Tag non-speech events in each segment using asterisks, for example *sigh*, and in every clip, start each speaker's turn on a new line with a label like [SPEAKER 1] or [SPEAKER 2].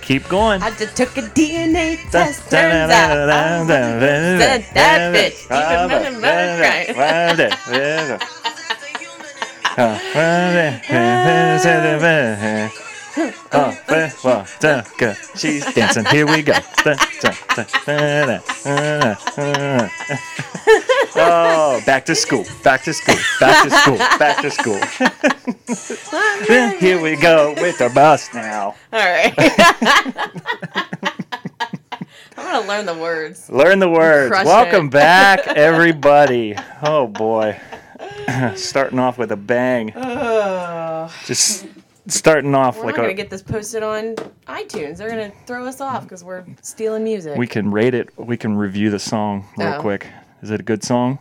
[SPEAKER 1] Keep going.
[SPEAKER 2] I just took a DNA
[SPEAKER 1] Dun,
[SPEAKER 2] test.
[SPEAKER 1] dun, dun,
[SPEAKER 2] Turns out
[SPEAKER 1] dun, dun,
[SPEAKER 2] I'm
[SPEAKER 1] dun, dun, dun,
[SPEAKER 2] that
[SPEAKER 1] dun,
[SPEAKER 2] bitch.
[SPEAKER 1] dun,
[SPEAKER 2] Even
[SPEAKER 1] dun,
[SPEAKER 2] Mother Mother
[SPEAKER 1] dun,
[SPEAKER 2] cried.
[SPEAKER 1] dun, dun, dun. Uh, dun, dun, dun, dun, dun. Uh, dun, dun, dun, dun. She's dancing. Here we go. Dun, dun, dun, dun, dun, dun, dun. Oh, back to school. Back to school. Back to school. Back to school. Here we go with the bus now.
[SPEAKER 2] *laughs* All right. *laughs* I'm gonna learn the words.
[SPEAKER 1] Learn the words.
[SPEAKER 2] Crush
[SPEAKER 1] Welcome
[SPEAKER 2] it. *laughs*
[SPEAKER 1] back, everybody. Oh boy, *clears throat* starting off with a bang.
[SPEAKER 2] Oh,
[SPEAKER 1] Just starting off
[SPEAKER 2] we're
[SPEAKER 1] like
[SPEAKER 2] not
[SPEAKER 1] a,
[SPEAKER 2] gonna get this posted on iTunes. They're gonna throw us off because we're stealing music.
[SPEAKER 1] we can rate it. We can review the song real
[SPEAKER 2] Oh.
[SPEAKER 1] quick. Is it a good song?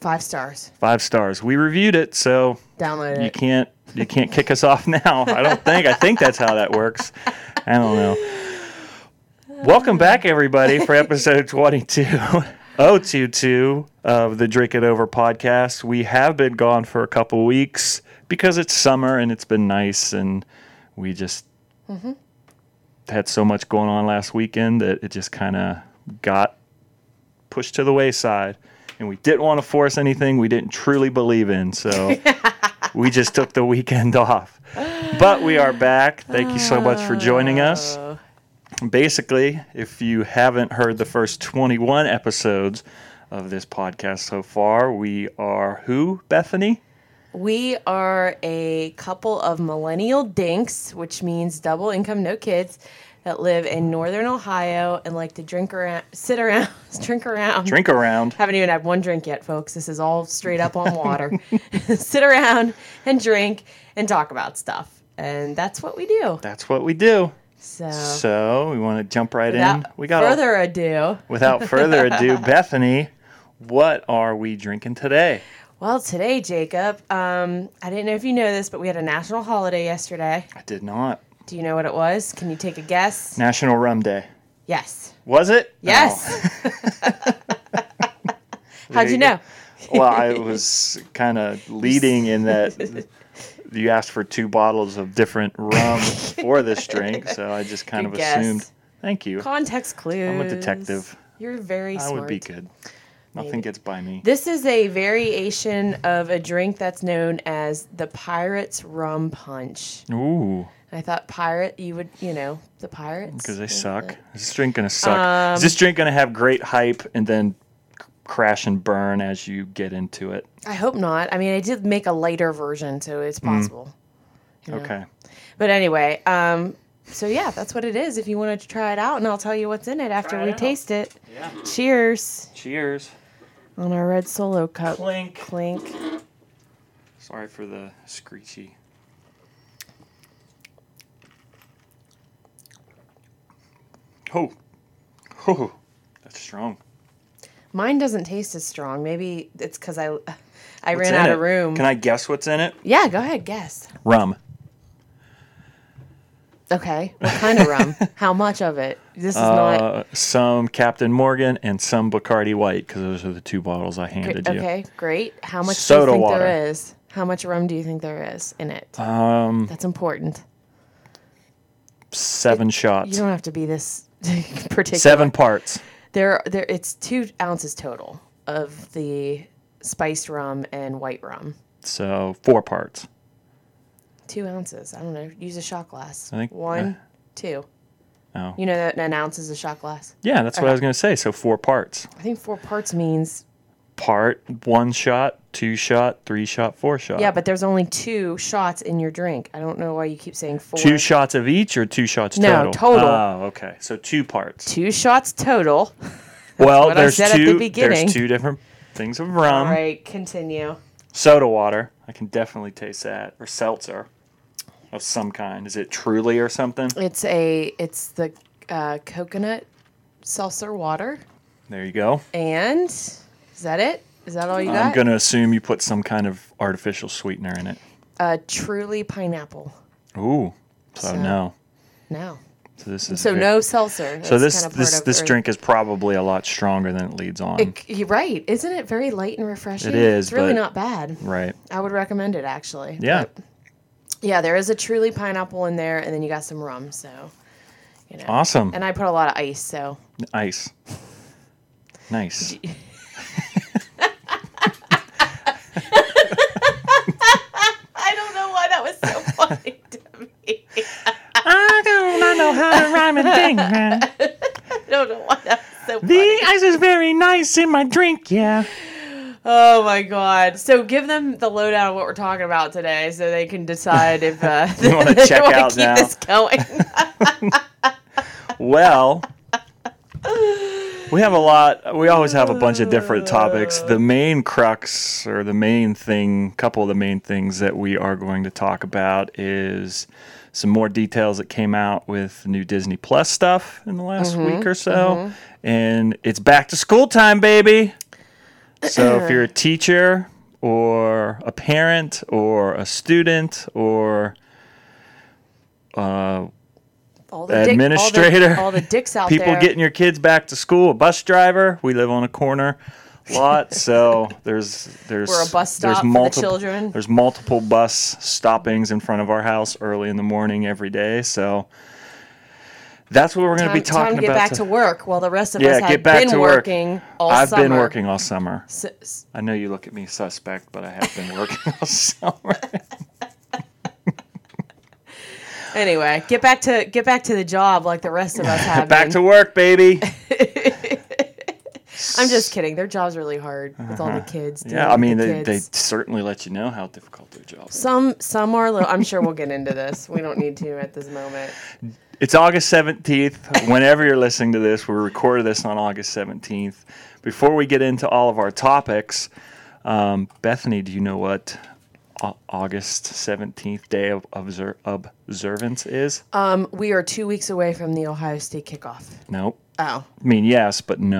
[SPEAKER 2] Five stars.
[SPEAKER 1] Five stars. We reviewed it, so
[SPEAKER 2] Download
[SPEAKER 1] you
[SPEAKER 2] it.
[SPEAKER 1] can't you can't kick us off *laughs* now. I don't think. I think that's how that works. I don't know. Welcome back, everybody, for episode 22. 022 of the Drink It Over podcast. We have been gone for a couple weeks because it's summer and it's been nice, and we just had so much going on last weekend that it just kind of got pushed to the wayside. And we didn't want to force anything we didn't truly believe in. So we just took the weekend *laughs* off. But we are back. Thank you so much for joining us.
[SPEAKER 2] Oh.
[SPEAKER 1] Basically, if you haven't heard the first 21 episodes of this podcast so far, we are who, Bethany?
[SPEAKER 2] We are a couple of millennial dinks, which means double income, no kids, that live in northern Ohio and like to drink around, *laughs* sit around, drink around.
[SPEAKER 1] Drink around.
[SPEAKER 2] Haven't even had one drink yet, folks. This is all straight up on water. *laughs* sit around and drink and talk about stuff. And that's what we do.
[SPEAKER 1] That's what we do.
[SPEAKER 2] So,
[SPEAKER 1] So we want to jump right in.
[SPEAKER 2] without
[SPEAKER 1] We got a-
[SPEAKER 2] further ado,
[SPEAKER 1] Without further
[SPEAKER 2] *laughs*
[SPEAKER 1] ado, Bethany, what are we drinking today?
[SPEAKER 2] well, today, Jacob, um, I didn't know if you know this, but we had a national holiday yesterday.
[SPEAKER 1] I did not.
[SPEAKER 2] Do you know what it was? Can you take a guess?
[SPEAKER 1] National Rum Day.
[SPEAKER 2] Yes.
[SPEAKER 1] Was it?
[SPEAKER 2] Yes.
[SPEAKER 1] *laughs*
[SPEAKER 2] How'd you know?
[SPEAKER 1] No. Well,
[SPEAKER 2] *laughs*
[SPEAKER 1] I was kind of leading in that you asked for two bottles of different rum for
[SPEAKER 2] *laughs*
[SPEAKER 1] this drink, so I just kind
[SPEAKER 2] Good
[SPEAKER 1] of
[SPEAKER 2] guess.
[SPEAKER 1] assumed. Thank you.
[SPEAKER 2] Context clues.
[SPEAKER 1] I'm a detective.
[SPEAKER 2] You're very
[SPEAKER 1] I
[SPEAKER 2] smart.
[SPEAKER 1] would be good. Nothing gets by me.
[SPEAKER 2] This is a variation of a drink that's known as the Pirates Rum Punch.
[SPEAKER 1] Ooh,
[SPEAKER 2] I thought pirate, you would, you know, the pirates.
[SPEAKER 1] because they suck. Is this drink gonna suck? is
[SPEAKER 2] Um,
[SPEAKER 1] this drink gonna have great hype and then c- crash and burn as you get into it?
[SPEAKER 2] I hope not. I mean, I did make a lighter version, so it's
[SPEAKER 1] Mm.
[SPEAKER 2] possible.
[SPEAKER 1] Okay.
[SPEAKER 2] But anyway, um, so yeah, that's what it is. If you want to try it out, and I'll tell you what's in it after
[SPEAKER 1] Try it
[SPEAKER 2] we
[SPEAKER 1] out.
[SPEAKER 2] taste it.
[SPEAKER 1] Yeah.
[SPEAKER 2] Cheers
[SPEAKER 1] Cheers.
[SPEAKER 2] on our red solo cup.
[SPEAKER 1] Clink.
[SPEAKER 2] Clink.
[SPEAKER 1] Sorry for the screechy. Oh, oh, that's strong.
[SPEAKER 2] Mine doesn't taste as strong. Maybe it's because I, I
[SPEAKER 1] What's in
[SPEAKER 2] ran out
[SPEAKER 1] it?
[SPEAKER 2] of room.
[SPEAKER 1] Can I guess what's in it?
[SPEAKER 2] yeah, go ahead, guess.
[SPEAKER 1] Rum.
[SPEAKER 2] Okay, what kind
[SPEAKER 1] *laughs*
[SPEAKER 2] of rum? How much of it? This is not
[SPEAKER 1] Uh, some Captain Morgan and some Bacardi White because those are the two bottles I handed you.
[SPEAKER 2] okay. Great. How much
[SPEAKER 1] Soda
[SPEAKER 2] do you think
[SPEAKER 1] water.
[SPEAKER 2] there is? How much rum do you think there is in it?
[SPEAKER 1] Um,
[SPEAKER 2] That's important.
[SPEAKER 1] seven
[SPEAKER 2] You
[SPEAKER 1] shots.
[SPEAKER 2] don't have to be this *laughs* particular.
[SPEAKER 1] Seven parts.
[SPEAKER 2] There, there. It's two ounces total of the spiced rum and white rum.
[SPEAKER 1] So four parts.
[SPEAKER 2] Two ounces. I don't know. Use a shot glass.
[SPEAKER 1] I think-
[SPEAKER 2] one,
[SPEAKER 1] uh,
[SPEAKER 2] two.
[SPEAKER 1] Oh.
[SPEAKER 2] You know that an ounce is a shot glass.
[SPEAKER 1] Yeah, that's what I was going to say. So four parts.
[SPEAKER 2] I think four parts means
[SPEAKER 1] Part one shot, two shot, three shot, four shot.
[SPEAKER 2] Yeah, but there's only two shots in your drink. I don't know why you keep saying four.
[SPEAKER 1] Two shots of each or two shots
[SPEAKER 2] No,
[SPEAKER 1] total?
[SPEAKER 2] total.
[SPEAKER 1] Oh, okay. So two parts.
[SPEAKER 2] Two shots total.
[SPEAKER 1] Um, well,
[SPEAKER 2] what I
[SPEAKER 1] there's
[SPEAKER 2] said at the
[SPEAKER 1] two
[SPEAKER 2] beginning.
[SPEAKER 1] there's two different things of rum.
[SPEAKER 2] All right, continue.
[SPEAKER 1] Soda water. I can definitely taste that. Or seltzer of some kind. Is it truly or something?
[SPEAKER 2] It's a it's the uh, coconut seltzer water,
[SPEAKER 1] There you go.
[SPEAKER 2] and is that it? Is that all you
[SPEAKER 1] I'm
[SPEAKER 2] got?
[SPEAKER 1] going to assume you put some kind of artificial sweetener in it.
[SPEAKER 2] uh, truly pineapple.
[SPEAKER 1] Ooh. So,
[SPEAKER 2] So-
[SPEAKER 1] no.
[SPEAKER 2] No,
[SPEAKER 1] So this is
[SPEAKER 2] so
[SPEAKER 1] ve-
[SPEAKER 2] no seltzer.
[SPEAKER 1] So
[SPEAKER 2] That's
[SPEAKER 1] this
[SPEAKER 2] kind of
[SPEAKER 1] this
[SPEAKER 2] part of-
[SPEAKER 1] this
[SPEAKER 2] or-
[SPEAKER 1] drink is probably a lot stronger than it leads on.
[SPEAKER 2] It- you're right, isn't it? Very light and refreshing.
[SPEAKER 1] It is,
[SPEAKER 2] It's really
[SPEAKER 1] but-
[SPEAKER 2] not bad.
[SPEAKER 1] right.
[SPEAKER 2] I would recommend it actually.
[SPEAKER 1] Yeah.
[SPEAKER 2] But- yeah, there is a truly pineapple in there, and then you got some rum. So You know.
[SPEAKER 1] Awesome.
[SPEAKER 2] And I put a lot of ice, so
[SPEAKER 1] Ice. Nice.
[SPEAKER 2] I don't know why that was so *laughs* funny to me.
[SPEAKER 1] I do not know how to rhyme and ding, man.
[SPEAKER 2] I don't know why that was so
[SPEAKER 1] The
[SPEAKER 2] funny.
[SPEAKER 1] ice is very nice in my drink, yeah.
[SPEAKER 2] Oh my god! So give them the lowdown of what we're talking about today, so they can decide
[SPEAKER 1] *laughs*
[SPEAKER 2] if uh,
[SPEAKER 1] They wanna
[SPEAKER 2] *laughs* they
[SPEAKER 1] check
[SPEAKER 2] wanna
[SPEAKER 1] out
[SPEAKER 2] keep
[SPEAKER 1] now.
[SPEAKER 2] this
[SPEAKER 1] *laughs*
[SPEAKER 2] going.
[SPEAKER 1] Well, we have a lot. We always have a bunch of different topics. The main crux, or the main thing, couple of the main things that we are going to talk about is some more details that came out with new Disney Plus stuff in the last week or so. And it's back to school time, baby. So if you're a teacher or a parent or a student or
[SPEAKER 2] all the dick- all the-
[SPEAKER 1] Administrator.
[SPEAKER 2] all the, dicks out
[SPEAKER 1] people
[SPEAKER 2] there.
[SPEAKER 1] getting your kids back to school. A bus driver. We live on a corner
[SPEAKER 2] *laughs*
[SPEAKER 1] lot, so there's there's
[SPEAKER 2] We're a bus
[SPEAKER 1] there's
[SPEAKER 2] stop for the
[SPEAKER 1] multiple,
[SPEAKER 2] children.
[SPEAKER 1] There's multiple bus stoppings in front of our house early in the morning every day. So that's what we're going to be
[SPEAKER 2] time, time
[SPEAKER 1] talking
[SPEAKER 2] to get
[SPEAKER 1] about.
[SPEAKER 2] back
[SPEAKER 1] to-
[SPEAKER 2] to work while the rest of
[SPEAKER 1] yeah,
[SPEAKER 2] us have
[SPEAKER 1] get back
[SPEAKER 2] been
[SPEAKER 1] to work.
[SPEAKER 2] working all
[SPEAKER 1] I've
[SPEAKER 2] summer.
[SPEAKER 1] been working all summer.
[SPEAKER 2] S- s-
[SPEAKER 1] I know you look at me suspect, but I have
[SPEAKER 2] *laughs*
[SPEAKER 1] been working all summer.
[SPEAKER 2] anyway, get back to get back to the job like the
[SPEAKER 1] *laughs*
[SPEAKER 2] rest of us have.
[SPEAKER 1] back
[SPEAKER 2] been.
[SPEAKER 1] to work,
[SPEAKER 2] *laughs*
[SPEAKER 1] baby.
[SPEAKER 2] I'm just kidding. Their job's really hard with all the kids. dealing
[SPEAKER 1] Uh-huh. Yeah, I
[SPEAKER 2] with
[SPEAKER 1] mean
[SPEAKER 2] the
[SPEAKER 1] they, they
[SPEAKER 2] kids.
[SPEAKER 1] certainly let you know how difficult their job is.
[SPEAKER 2] some some are. Little, I'm sure we'll get into this. We don't need to at this moment.
[SPEAKER 1] It's August 17th. Whenever you're listening to this, we recorded this on August 17th. Before we get into all of our topics, um, Bethany, do you know what Au- August 17th day of obser- observance is?
[SPEAKER 2] Um, we are two weeks away from the Ohio State kickoff.
[SPEAKER 1] no.
[SPEAKER 2] Oh
[SPEAKER 1] I mean, yes, but no.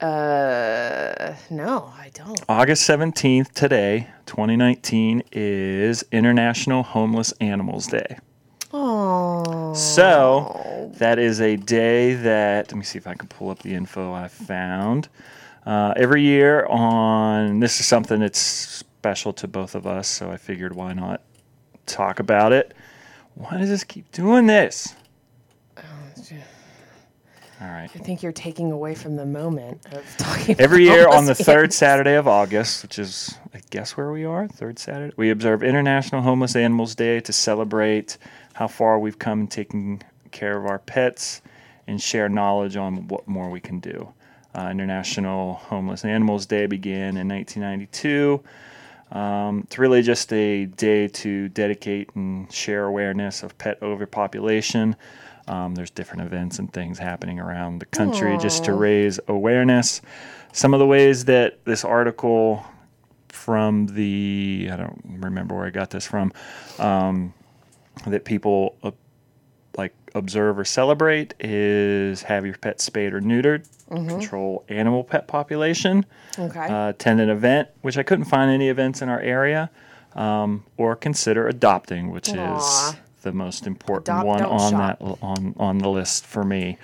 [SPEAKER 2] Uh, no, I don't.
[SPEAKER 1] August 17th, today, 2019, is International Homeless Animals Day.
[SPEAKER 2] Oh,
[SPEAKER 1] So that is a day that let me see if I can pull up the info I found. Uh, every year on this is something that's special to both of us, so I figured why not talk about it. Why does this keep doing this? All right.
[SPEAKER 2] I think you're taking away from the moment of *laughs* talking. about
[SPEAKER 1] Every year on the
[SPEAKER 2] homeless
[SPEAKER 1] third Saturday of August, which is, I guess, where we are, third Saturday, we observe International Homeless Animals Day to celebrate how far we've come in taking care of our pets and share knowledge on what more we can do. Uh, International Homeless Animals Day began in 1992. Um, it's really just a day to dedicate and share awareness of pet overpopulation. Um, there's different events and things happening around the country just to raise awareness. Some of the ways that this article from the, I don't remember where I got this from, um, that people uh, like observe or celebrate is have your pet spayed or neutered, control animal pet population
[SPEAKER 2] Okay.
[SPEAKER 1] uh, attend an event, which I couldn't find any events in our area, um, or consider adopting, which
[SPEAKER 2] Aw.
[SPEAKER 1] is the most important
[SPEAKER 2] Adopt,
[SPEAKER 1] one
[SPEAKER 2] don't
[SPEAKER 1] on
[SPEAKER 2] shop.
[SPEAKER 1] that on on the list for me,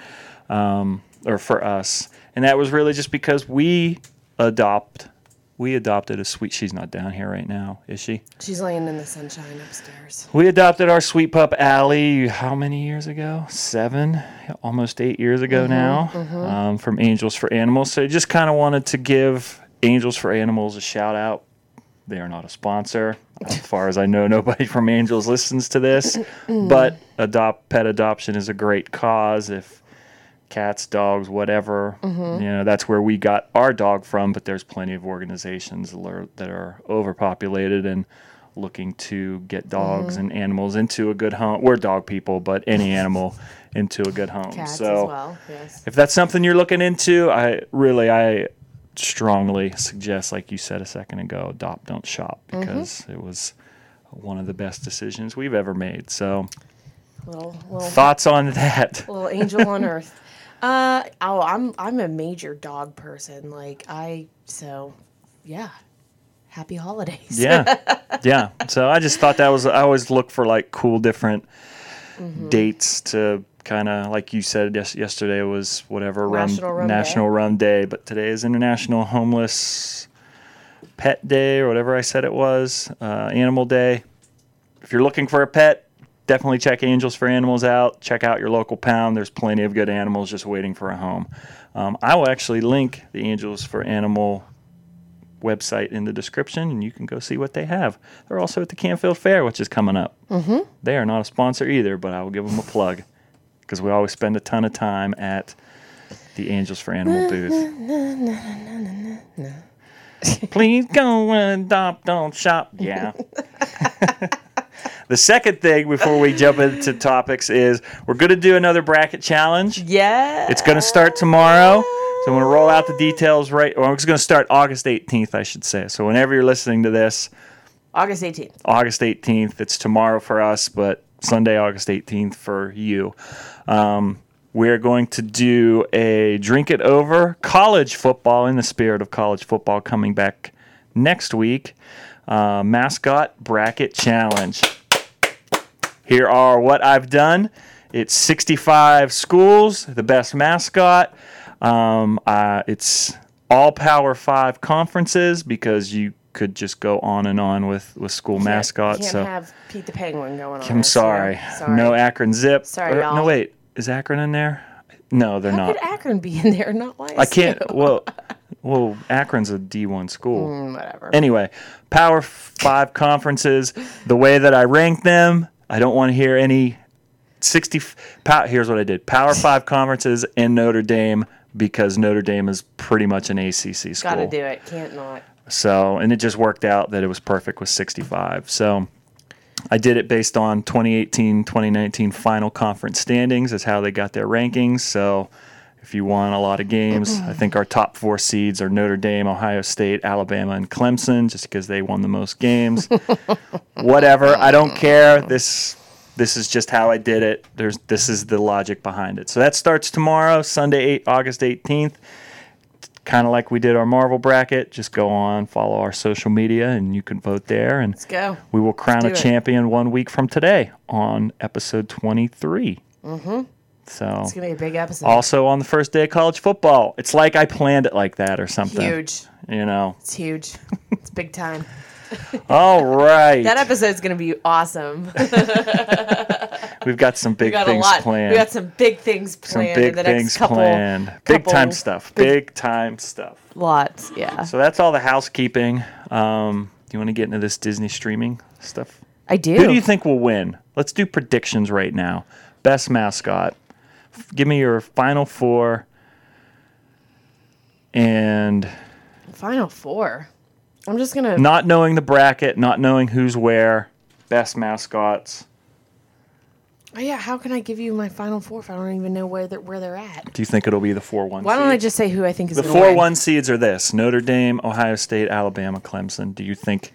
[SPEAKER 1] um, or for us. And that was really just because we adopt. We adopted a sweet. She's not down here right now, is she?
[SPEAKER 2] She's laying in the sunshine upstairs.
[SPEAKER 1] We adopted our sweet pup Allie how many years ago? Seven, almost eight years ago
[SPEAKER 2] Mm-hmm,
[SPEAKER 1] now, um, from Angels for Animals. So I just kind of wanted to give Angels for Animals a shout out. They are not a sponsor. As far as I know, *laughs* nobody from Angels listens to this, but adopt pet adoption is a great cause. If cats, dogs, whatever,
[SPEAKER 2] Mm-hmm.
[SPEAKER 1] you know, that's where we got our dog from. But there's plenty of organizations lear- that are overpopulated and looking to get dogs
[SPEAKER 2] Mm-hmm.
[SPEAKER 1] and animals into a good home. We're dog people, but
[SPEAKER 2] *laughs*
[SPEAKER 1] any animal into a good home.
[SPEAKER 2] Cats
[SPEAKER 1] so
[SPEAKER 2] as well. Yes.
[SPEAKER 1] if that's something you're looking into, I really I strongly suggest, like you said a second ago, adopt, don't shop, because it was one of the best decisions we've ever made. So
[SPEAKER 2] Little little
[SPEAKER 1] thoughts on that?
[SPEAKER 2] little angel *laughs* on earth. Uh oh, I'm I'm a major dog person. Like I so yeah. Happy holidays.
[SPEAKER 1] Yeah, yeah. So I just thought that was I always look for like cool different
[SPEAKER 2] Mm-hmm.
[SPEAKER 1] dates to kind of like you said yes, yesterday was whatever
[SPEAKER 2] National Rum Day.
[SPEAKER 1] National Rum Day, but today is International Homeless Pet Day or whatever I said it was, uh, Animal Day. If you're looking for a pet, definitely check Angels for Animals out. Check out your local pound. There's plenty of good animals just waiting for a home. Um, I will actually link the Angels for Animal website in the description, and you can go see what they have. They're also at the Canfield Fair, which is coming up. Mm-hmm. They are not a sponsor either, but I will give them a plug because we always spend a ton of time at the Angels for Animal booth. Please go and adopt, don't shop. Yeah. The second thing before we jump into topics is we're going to do another bracket challenge.
[SPEAKER 2] Yeah.
[SPEAKER 1] It's going to start tomorrow. So I'm going to roll out the details right. Or it's going to start August 18th, I should say. So whenever you're listening to this,
[SPEAKER 2] August 18th.
[SPEAKER 1] August 18th, it's tomorrow for us, but Sunday, August 18th for you. Um, we're going to do a drink it over college football in the spirit of college football coming back next week. Uh, mascot bracket challenge. Here are what I've done. It's 65 schools, the best mascot. Um, uh, it's all Power Five conferences because you could just go on and on with with school mascots.
[SPEAKER 2] Can't
[SPEAKER 1] so
[SPEAKER 2] have Pete the Penguin
[SPEAKER 1] I'm
[SPEAKER 2] going on. this year.
[SPEAKER 1] sorry.
[SPEAKER 2] Sorry.
[SPEAKER 1] no Akron Zip.
[SPEAKER 2] Sorry, y'all.
[SPEAKER 1] No, wait, is Akron in there? No, they're
[SPEAKER 2] How
[SPEAKER 1] not.
[SPEAKER 2] could Akron be in there? Not why.
[SPEAKER 1] I can't. Well, well, Akron's a D1 school.
[SPEAKER 2] Whatever.
[SPEAKER 1] Anyway, Power Five conferences. The way that I rank them, I don't want to hear any sixty. f- Pow, here's what I did: Power Five conferences and Notre Dame because Notre Dame is pretty much an ACC school.
[SPEAKER 2] Gotta do it. Can't not.
[SPEAKER 1] So, and it just worked out that it was perfect with 65. So, I did it based on 2018 2019 final conference standings, is how they got their rankings. So, if you won a lot of games, I think our top four seeds are Notre Dame, Ohio State, Alabama, and Clemson, just because they won the most games. Whatever, I don't care. This this is just how I did it. There's this is the logic behind it. So that starts tomorrow, Sunday, 8, August 18th kind of like we did our Marvel bracket. Just go on, follow our social media, and you can vote there. And
[SPEAKER 2] Let's go.
[SPEAKER 1] we will crown a
[SPEAKER 2] do it.
[SPEAKER 1] champion one week from today on episode 23. Mm-hmm. So,
[SPEAKER 2] It's gonna be a big episode.
[SPEAKER 1] also on the first day of college football, it's like I planned it like that or something.
[SPEAKER 2] huge.
[SPEAKER 1] You know. *laughs*
[SPEAKER 2] It's huge. It's big time.
[SPEAKER 1] All right.
[SPEAKER 2] That episode's gonna be awesome.
[SPEAKER 1] We've got some big
[SPEAKER 2] We got a
[SPEAKER 1] things
[SPEAKER 2] lot.
[SPEAKER 1] planned.
[SPEAKER 2] We got some big things
[SPEAKER 1] some
[SPEAKER 2] planned in
[SPEAKER 1] big
[SPEAKER 2] the next
[SPEAKER 1] things
[SPEAKER 2] couple.
[SPEAKER 1] planned. big time
[SPEAKER 2] couple-
[SPEAKER 1] stuff. Big time stuff.
[SPEAKER 2] Lots. Yeah.
[SPEAKER 1] So that's all the housekeeping. Um, do you want to get into this Disney streaming stuff?
[SPEAKER 2] I do.
[SPEAKER 1] Who do you think will win? Let's do predictions right now. Best mascot. F- Give me your final four. And
[SPEAKER 2] Final four. I'm just gonna.
[SPEAKER 1] not knowing the bracket, not knowing who's where, best mascots.
[SPEAKER 2] Oh, yeah. How can I give you my final four if I don't even know where they're where they're at?
[SPEAKER 1] Do you think it'll be the four one?
[SPEAKER 2] Why don't I
[SPEAKER 1] seed?
[SPEAKER 2] just say who I think is
[SPEAKER 1] the
[SPEAKER 2] gonna
[SPEAKER 1] four
[SPEAKER 2] win?
[SPEAKER 1] one seeds are this: Notre Dame, Ohio State, Alabama, Clemson. Do you think?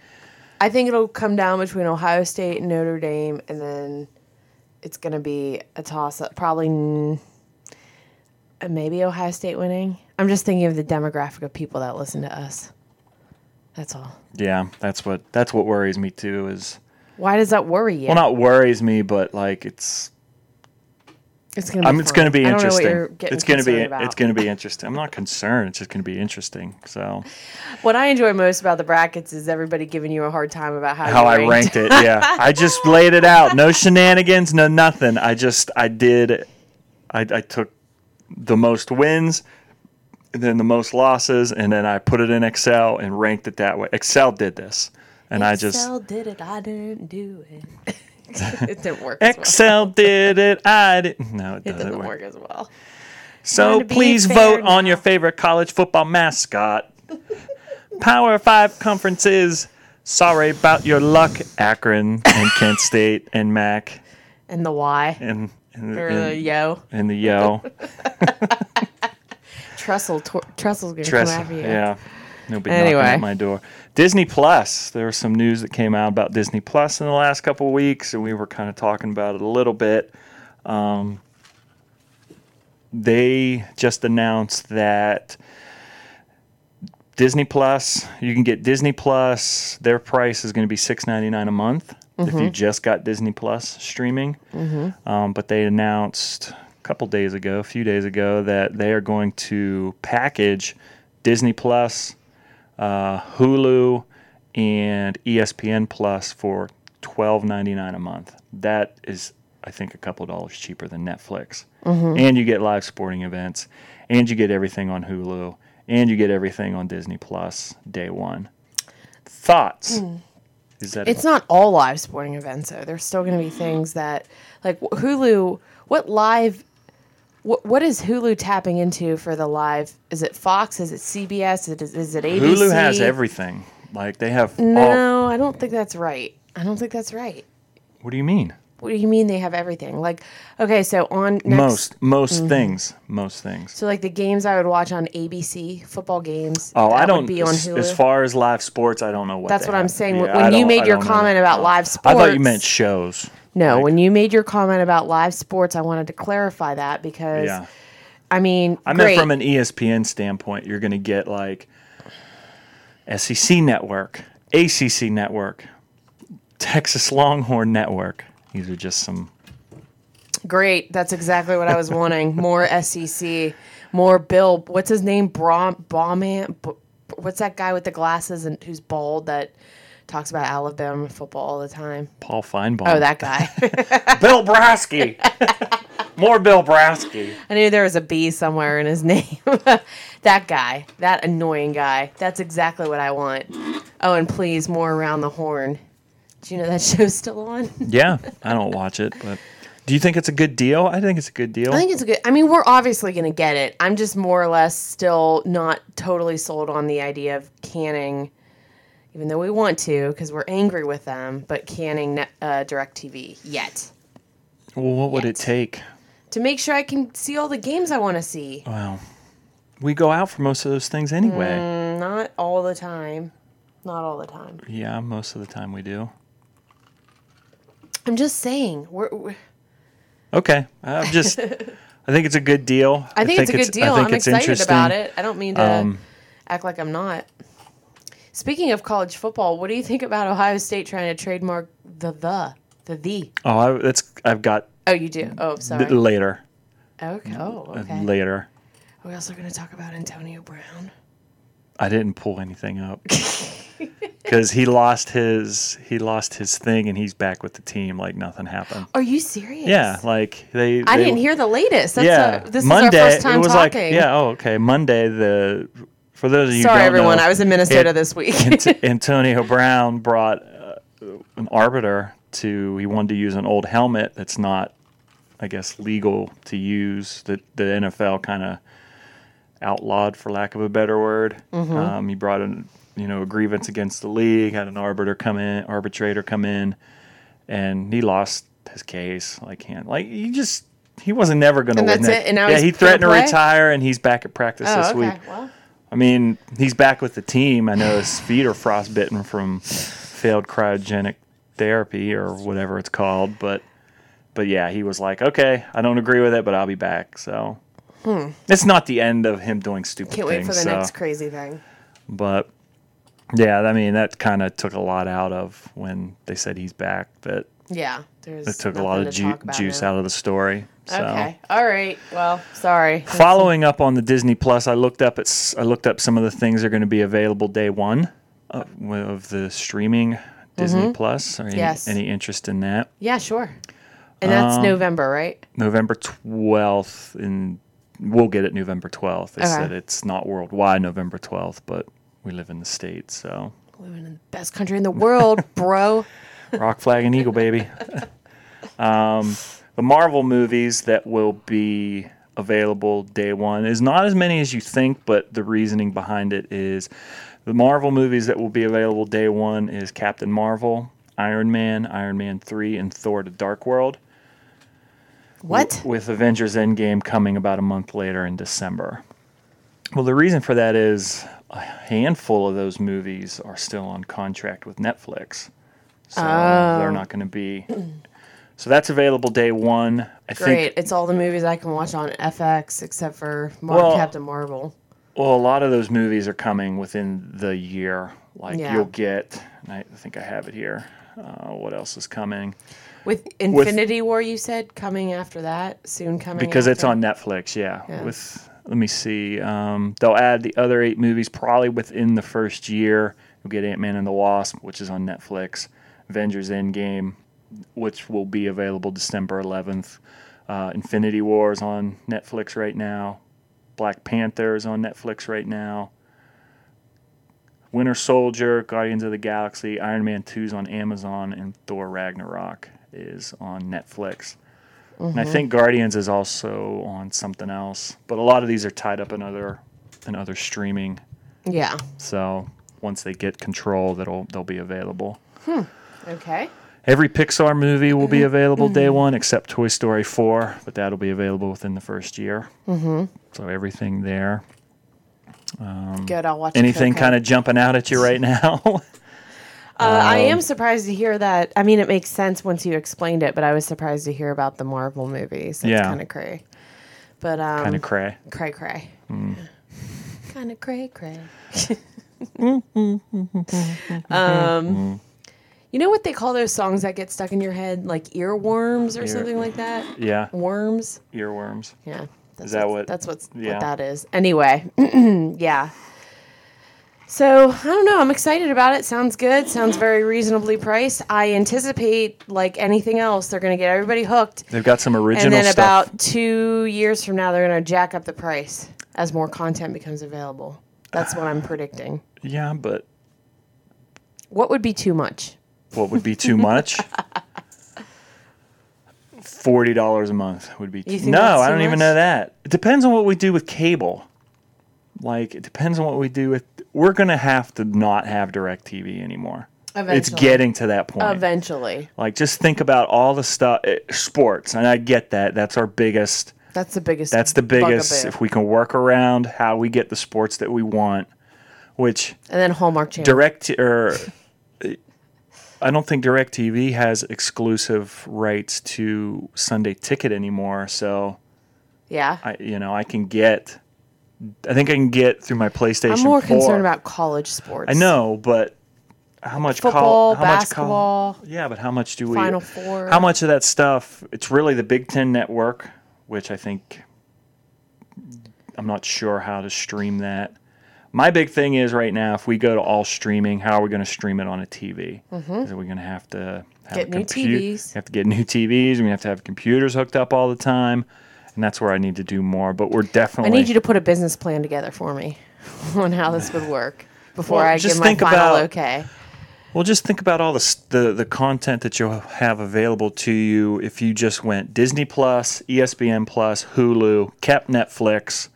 [SPEAKER 2] I think it'll come down between Ohio State and Notre Dame, and then it's going to be a toss up. Probably mm, uh, maybe Ohio State winning. I'm just thinking of the demographic of people that listen to us. That's all.
[SPEAKER 1] Yeah, that's what that's what worries me too. Is
[SPEAKER 2] Why does that worry you?
[SPEAKER 1] well, not worries me, but like it's
[SPEAKER 2] it's going to be.
[SPEAKER 1] I'm, um, it's going to be
[SPEAKER 2] fun.
[SPEAKER 1] interesting.
[SPEAKER 2] I don't know what you're getting
[SPEAKER 1] it's going to be
[SPEAKER 2] concerned about.
[SPEAKER 1] it's going to be interesting. I'm not concerned. It's just going to be interesting. So
[SPEAKER 2] what I enjoy most about the brackets is everybody giving you a hard time about how
[SPEAKER 1] how
[SPEAKER 2] you
[SPEAKER 1] I ranked it, yeah. I
[SPEAKER 2] *laughs*
[SPEAKER 1] just laid it out. No shenanigans. No nothing. I just I did. I, I took the most wins, and then the most losses, and then I put it in Excel and ranked it that way. Excel did this, and I just
[SPEAKER 2] Excel did it. I didn't do it. *laughs* it didn't work. as well.
[SPEAKER 1] Excel did it. I didn't. No, it
[SPEAKER 2] It
[SPEAKER 1] doesn't
[SPEAKER 2] doesn't
[SPEAKER 1] work.
[SPEAKER 2] work as well. Trying
[SPEAKER 1] So
[SPEAKER 2] to be
[SPEAKER 1] please
[SPEAKER 2] fair
[SPEAKER 1] vote on
[SPEAKER 2] now.
[SPEAKER 1] your favorite college football mascot. *laughs* Power Five conferences. Sorry about your luck, Akron and Kent State and Mac
[SPEAKER 2] And the why
[SPEAKER 1] and and,
[SPEAKER 2] or the
[SPEAKER 1] and,
[SPEAKER 2] yo.
[SPEAKER 1] and the
[SPEAKER 2] *laughs*
[SPEAKER 1] yo.
[SPEAKER 2] Trestle, tor- Trestle's gonna
[SPEAKER 1] Dress-
[SPEAKER 2] come after you.
[SPEAKER 1] yeah. They'll be knocking
[SPEAKER 2] Anyway.
[SPEAKER 1] at my door. Disney Plus. There was some news that came out about Disney Plus in the last couple of weeks, and we were kind of talking about it a little bit. Um, they just announced that Disney Plus, you can get Disney Plus. Their price is going to be $6.99 a month if
[SPEAKER 2] Mm-hmm.
[SPEAKER 1] you just got Disney Plus streaming. Um, but they announced a couple days ago, a few days ago, that they are going to package Disney E Plus, uh, Hulu, and ESPN Plus for twelve ninety nine a month. That is, I think, a couple dollars cheaper than Netflix.
[SPEAKER 2] Mm-hmm.
[SPEAKER 1] And you get live sporting events, and you get everything on Hulu, and you get everything on Disney Plus day one. Thoughts? Is that
[SPEAKER 2] Hmm. It's not all live sporting events, though. There's still going to be things that, like wh- Hulu. What live? What what is Hulu tapping into for the live? Is it Fox? Is it CBS? Is it, is it ABC?
[SPEAKER 1] Hulu has everything. Like they have all.
[SPEAKER 2] No, I don't think that's right. I don't think that's right.
[SPEAKER 1] What do you mean?
[SPEAKER 2] What do you mean they have everything? Like, okay, so on next, Mm-hmm.
[SPEAKER 1] Most most things. Most things.
[SPEAKER 2] So like the games I would watch on ABC football games.
[SPEAKER 1] Oh,
[SPEAKER 2] that
[SPEAKER 1] I don't.
[SPEAKER 2] would be on
[SPEAKER 1] as,
[SPEAKER 2] Hulu.
[SPEAKER 1] as far as live sports, I don't know what.
[SPEAKER 2] That's
[SPEAKER 1] they
[SPEAKER 2] what I'm
[SPEAKER 1] have.
[SPEAKER 2] saying.
[SPEAKER 1] Yeah,
[SPEAKER 2] When-
[SPEAKER 1] I
[SPEAKER 2] when you
[SPEAKER 1] don't- I
[SPEAKER 2] made your
[SPEAKER 1] don't know.
[SPEAKER 2] comment about live
[SPEAKER 1] I
[SPEAKER 2] sports,
[SPEAKER 1] thought you meant shows.
[SPEAKER 2] No, when you made your comment about live sports, I wanted to clarify that because
[SPEAKER 1] Yeah.
[SPEAKER 2] I mean,
[SPEAKER 1] I
[SPEAKER 2] great.
[SPEAKER 1] meant from an E ESPN standpoint, you're going to get like SEC Network, ACC Network, Texas Longhorn Network. These are just some.
[SPEAKER 2] great. That's exactly what I was
[SPEAKER 1] *laughs*
[SPEAKER 2] wanting. More SEC, more Bill. What's his name? Brom Bauman. B- what's that guy with the glasses and who's bald that talks about Alabama football all the time?
[SPEAKER 1] Paul Feinbaum.
[SPEAKER 2] Oh,
[SPEAKER 1] *laughs*
[SPEAKER 2] that guy. *laughs*
[SPEAKER 1] Bill Brasky. *laughs* More Bill Brasky.
[SPEAKER 2] I knew there was a B somewhere in his *laughs* name. that guy, that annoying guy. That's exactly what I want. Oh, and please, more around the horn. Do you know that *laughs* show's still on?
[SPEAKER 1] Yeah, I don't watch it, but do you think it's a good deal? I think it's a good deal.
[SPEAKER 2] I think it's a good. I mean, we're obviously going to get it. I'm just more or less still not totally sold on the idea of canning, even though we want to because we're angry with them, but canning Net- uh, DirecTV yet
[SPEAKER 1] well, what would it take?
[SPEAKER 2] to make sure I can see all the games I want to see.
[SPEAKER 1] Well, we go out for most of those things anyway.
[SPEAKER 2] Mm. Not all the time. Not all the time.
[SPEAKER 1] Yeah, most of the time we do.
[SPEAKER 2] I'm just saying. We're, we're
[SPEAKER 1] Okay, I'm
[SPEAKER 2] *laughs*
[SPEAKER 1] just. I think it's a good deal.
[SPEAKER 2] I think, it's a good deal.
[SPEAKER 1] I think
[SPEAKER 2] I'm
[SPEAKER 1] it's
[SPEAKER 2] excited
[SPEAKER 1] interesting.
[SPEAKER 2] about it. I don't mean to
[SPEAKER 1] Um,
[SPEAKER 2] act like I'm not. Speaking of college football, what do you think about Ohio State trying to trademark the the the the?
[SPEAKER 1] Oh, I, that's I've got
[SPEAKER 2] Oh, you do. Oh, sorry.
[SPEAKER 1] th- later,
[SPEAKER 2] okay. Oh,
[SPEAKER 1] uh,
[SPEAKER 2] okay.
[SPEAKER 1] later.
[SPEAKER 2] We're also going to talk about Antonio Brown.
[SPEAKER 1] I didn't pull anything
[SPEAKER 2] *laughs*
[SPEAKER 1] up because he lost his he lost his thing and he's back with the team like nothing happened.
[SPEAKER 2] Are you serious?
[SPEAKER 1] Yeah, like they.
[SPEAKER 2] Oh, I
[SPEAKER 1] they-
[SPEAKER 2] didn't hear the latest. That's
[SPEAKER 1] Yeah,
[SPEAKER 2] a, this
[SPEAKER 1] Monday
[SPEAKER 2] is our first time
[SPEAKER 1] it was
[SPEAKER 2] talking.
[SPEAKER 1] like yeah. Oh, okay. Monday the for those of you who
[SPEAKER 2] Sorry,
[SPEAKER 1] don't
[SPEAKER 2] everyone.
[SPEAKER 1] know,
[SPEAKER 2] I was in
[SPEAKER 1] *laughs*
[SPEAKER 2] Minnesota
[SPEAKER 1] it-
[SPEAKER 2] this week. *laughs*
[SPEAKER 1] Ant- Antonio Brown brought uh, an arbiter to. He wanted to use an old helmet that's not, I guess, legal to use. That the NFL kind of outlawed, for lack of a better word.
[SPEAKER 2] Mm-hmm.
[SPEAKER 1] Um, he brought in, you know, a grievance against the league. Had an arbiter come in, arbitrator come in, and he lost his case. Like, can like he just. He wasn't never going to
[SPEAKER 2] And
[SPEAKER 1] win
[SPEAKER 2] that's
[SPEAKER 1] that.
[SPEAKER 2] it? And now
[SPEAKER 1] yeah,
[SPEAKER 2] he's
[SPEAKER 1] he
[SPEAKER 2] gonna
[SPEAKER 1] threatened to
[SPEAKER 2] play?
[SPEAKER 1] retire, and he's back at practice
[SPEAKER 2] oh,
[SPEAKER 1] this
[SPEAKER 2] okay.
[SPEAKER 1] week.
[SPEAKER 2] Well,
[SPEAKER 1] I mean, he's back with the team. I know his feet are frostbitten from failed cryogenic therapy or whatever it's called, but but yeah, he was like, "Okay, I don't agree with it, but I'll be back." So it's not the end of him doing stupid
[SPEAKER 2] Hmm. can't wait
[SPEAKER 1] things.
[SPEAKER 2] for the
[SPEAKER 1] so-
[SPEAKER 2] next crazy thing.
[SPEAKER 1] But yeah, I mean, that kind of took a lot out of when they said he's back. That
[SPEAKER 2] Yeah. There's
[SPEAKER 1] it took a
[SPEAKER 2] nothing
[SPEAKER 1] lot of
[SPEAKER 2] to
[SPEAKER 1] ju-
[SPEAKER 2] talk about
[SPEAKER 1] juice
[SPEAKER 2] now.
[SPEAKER 1] out of the story. So.
[SPEAKER 2] Okay. All right. Well, sorry.
[SPEAKER 1] Following up on the Disney Plus, I looked up at s- I looked up some of the things that are going to be available day one of, of the streaming Disney Plus. Are any,
[SPEAKER 2] Mm-hmm. Yes.
[SPEAKER 1] any interest in that?
[SPEAKER 2] Yeah, sure. And that's
[SPEAKER 1] Um,
[SPEAKER 2] November, right?
[SPEAKER 1] November twelfth, and we'll get it November twelfth. They
[SPEAKER 2] Okay.
[SPEAKER 1] said it's not worldwide November twelfth, but we live in the states, so
[SPEAKER 2] Living in the best country in
[SPEAKER 1] *laughs*
[SPEAKER 2] the world, bro.
[SPEAKER 1] rock flag and eagle baby. um, the Marvel movies that will be available day one is not as many as you think, but the reasoning behind it is the Marvel movies that will be available day one is Captain Marvel, Iron Man, Iron Man three, and Thor: The Dark World.
[SPEAKER 2] What?
[SPEAKER 1] With Avengers Endgame coming about a month later in December. Well, the reason for that is a handful of those movies are still on contract with Netflix. So
[SPEAKER 2] Oh.
[SPEAKER 1] they're not going to be. So that's available day one. I
[SPEAKER 2] Great.
[SPEAKER 1] think,
[SPEAKER 2] It's all the movies I can watch on FX except for Mar-
[SPEAKER 1] Well-
[SPEAKER 2] Captain Marvel.
[SPEAKER 1] well, a lot of those movies are coming within the year. Like
[SPEAKER 2] Yeah.
[SPEAKER 1] you'll get, and I think I have it here. Uh, what else is coming?
[SPEAKER 2] With Infinity War, you said coming after that, soon coming.
[SPEAKER 1] because it's
[SPEAKER 2] after?
[SPEAKER 1] on Netflix. Yeah. With let me see, um, they'll add the other eight movies probably within the first year. We'll get Ant Man and the Wasp, which is on Netflix. Avengers Endgame, which will be available December 11th. Uh, Infinity War is on Netflix right now. Black Panther is on Netflix right now. Winter Soldier, Guardians of the Galaxy, Iron Man 2 is on Amazon, and Thor Ragnarok is on Netflix. And I
[SPEAKER 2] Mm-hmm.
[SPEAKER 1] think Guardians is also on something else, but a lot of these are tied up in other in other streaming.
[SPEAKER 2] Yeah.
[SPEAKER 1] So once they get control, that'll they'll be available.
[SPEAKER 2] Okay.
[SPEAKER 1] Every Pixar movie will
[SPEAKER 2] Mm-hmm.
[SPEAKER 1] be available day one, except Toy Story 4, but that'll be available within the first year. Mm-hmm. So everything there.
[SPEAKER 2] Good. I'll watch.
[SPEAKER 1] Anything kind of jumping out at you right *laughs* now?
[SPEAKER 2] Uh, I
[SPEAKER 1] um,
[SPEAKER 2] am surprised to hear that. I mean, it makes sense once you explained it, but I was surprised to hear about the Marvel movies. That's
[SPEAKER 1] Yeah.
[SPEAKER 2] kind of cray. But um,
[SPEAKER 1] kind of cray.
[SPEAKER 2] cray cray.
[SPEAKER 1] mm.
[SPEAKER 2] *laughs* Kind of cray
[SPEAKER 1] *laughs*
[SPEAKER 2] cray. um,
[SPEAKER 1] Mm.
[SPEAKER 2] you know what they call those songs that get stuck in your head, like earworms or something like that?
[SPEAKER 1] Yeah.
[SPEAKER 2] Worms.
[SPEAKER 1] Earworms.
[SPEAKER 2] Yeah. That's
[SPEAKER 1] that
[SPEAKER 2] what's-
[SPEAKER 1] what-
[SPEAKER 2] That's what's
[SPEAKER 1] yeah.
[SPEAKER 2] what that is. Anyway, *clears throat* yeah. So I don't know. I'm excited about it. Sounds good. Sounds very reasonably priced. I anticipate, like anything else, they're going to get everybody hooked,
[SPEAKER 1] They've got some original
[SPEAKER 2] and then
[SPEAKER 1] stuff.
[SPEAKER 2] about two years from now, they're going to jack up the price as more content becomes available. That's what I'm predicting.
[SPEAKER 1] yeah, but
[SPEAKER 2] What would be too much?
[SPEAKER 1] what would be too much? Forty dollars a month would be.
[SPEAKER 2] You
[SPEAKER 1] too-
[SPEAKER 2] think
[SPEAKER 1] no,
[SPEAKER 2] that's
[SPEAKER 1] I
[SPEAKER 2] too
[SPEAKER 1] don't even
[SPEAKER 2] much?
[SPEAKER 1] know that. It depends on what we do with cable. Like it depends on what we do with. We're gonna have to not have Directv anymore. It's
[SPEAKER 2] Eventually.
[SPEAKER 1] getting to that point.
[SPEAKER 2] Eventually,
[SPEAKER 1] Like just think about all the stuff, sports, and I get that. That's our biggest.
[SPEAKER 2] that's the biggest.
[SPEAKER 1] That's the biggest.
[SPEAKER 2] bugaboo.
[SPEAKER 1] If we can work around how we get the sports that we want, which
[SPEAKER 2] and then Hallmark Channel.
[SPEAKER 1] direct or I don't think DirecTV has exclusive rights to Sunday Ticket anymore. So
[SPEAKER 2] yeah,
[SPEAKER 1] I, you know, I can get. I think I can get through my PlayStation.
[SPEAKER 2] I'm more
[SPEAKER 1] 4.
[SPEAKER 2] concerned about college sports.
[SPEAKER 1] I know, but how much col-
[SPEAKER 2] football,
[SPEAKER 1] how much col-
[SPEAKER 2] basketball.
[SPEAKER 1] yeah, but how much do we?
[SPEAKER 2] Final Four.
[SPEAKER 1] How much of that stuff? It's really the Big Ten Network, which I think I'm not sure how to stream that. My big thing is right now, if we go to all streaming, how are we going to stream it on a TV? Is it we're going to have to have
[SPEAKER 2] Mm-hmm. Get
[SPEAKER 1] a
[SPEAKER 2] new
[SPEAKER 1] compu-
[SPEAKER 2] TVs.
[SPEAKER 1] Have to get new TVs. We're going to have to have computers hooked up all the time, and that's where I need to do more. But we're
[SPEAKER 2] I
[SPEAKER 1] definitely.
[SPEAKER 2] need you to put a business plan together for me *laughs* on how this would work before
[SPEAKER 1] Well,
[SPEAKER 2] I
[SPEAKER 1] just
[SPEAKER 2] give my
[SPEAKER 1] think
[SPEAKER 2] final
[SPEAKER 1] about-
[SPEAKER 2] okay.
[SPEAKER 1] Well, just think about all the, s- the the content that you'll have available to you if you just went Disney Plus, E ESPN Plus, Hulu, kept Netflix.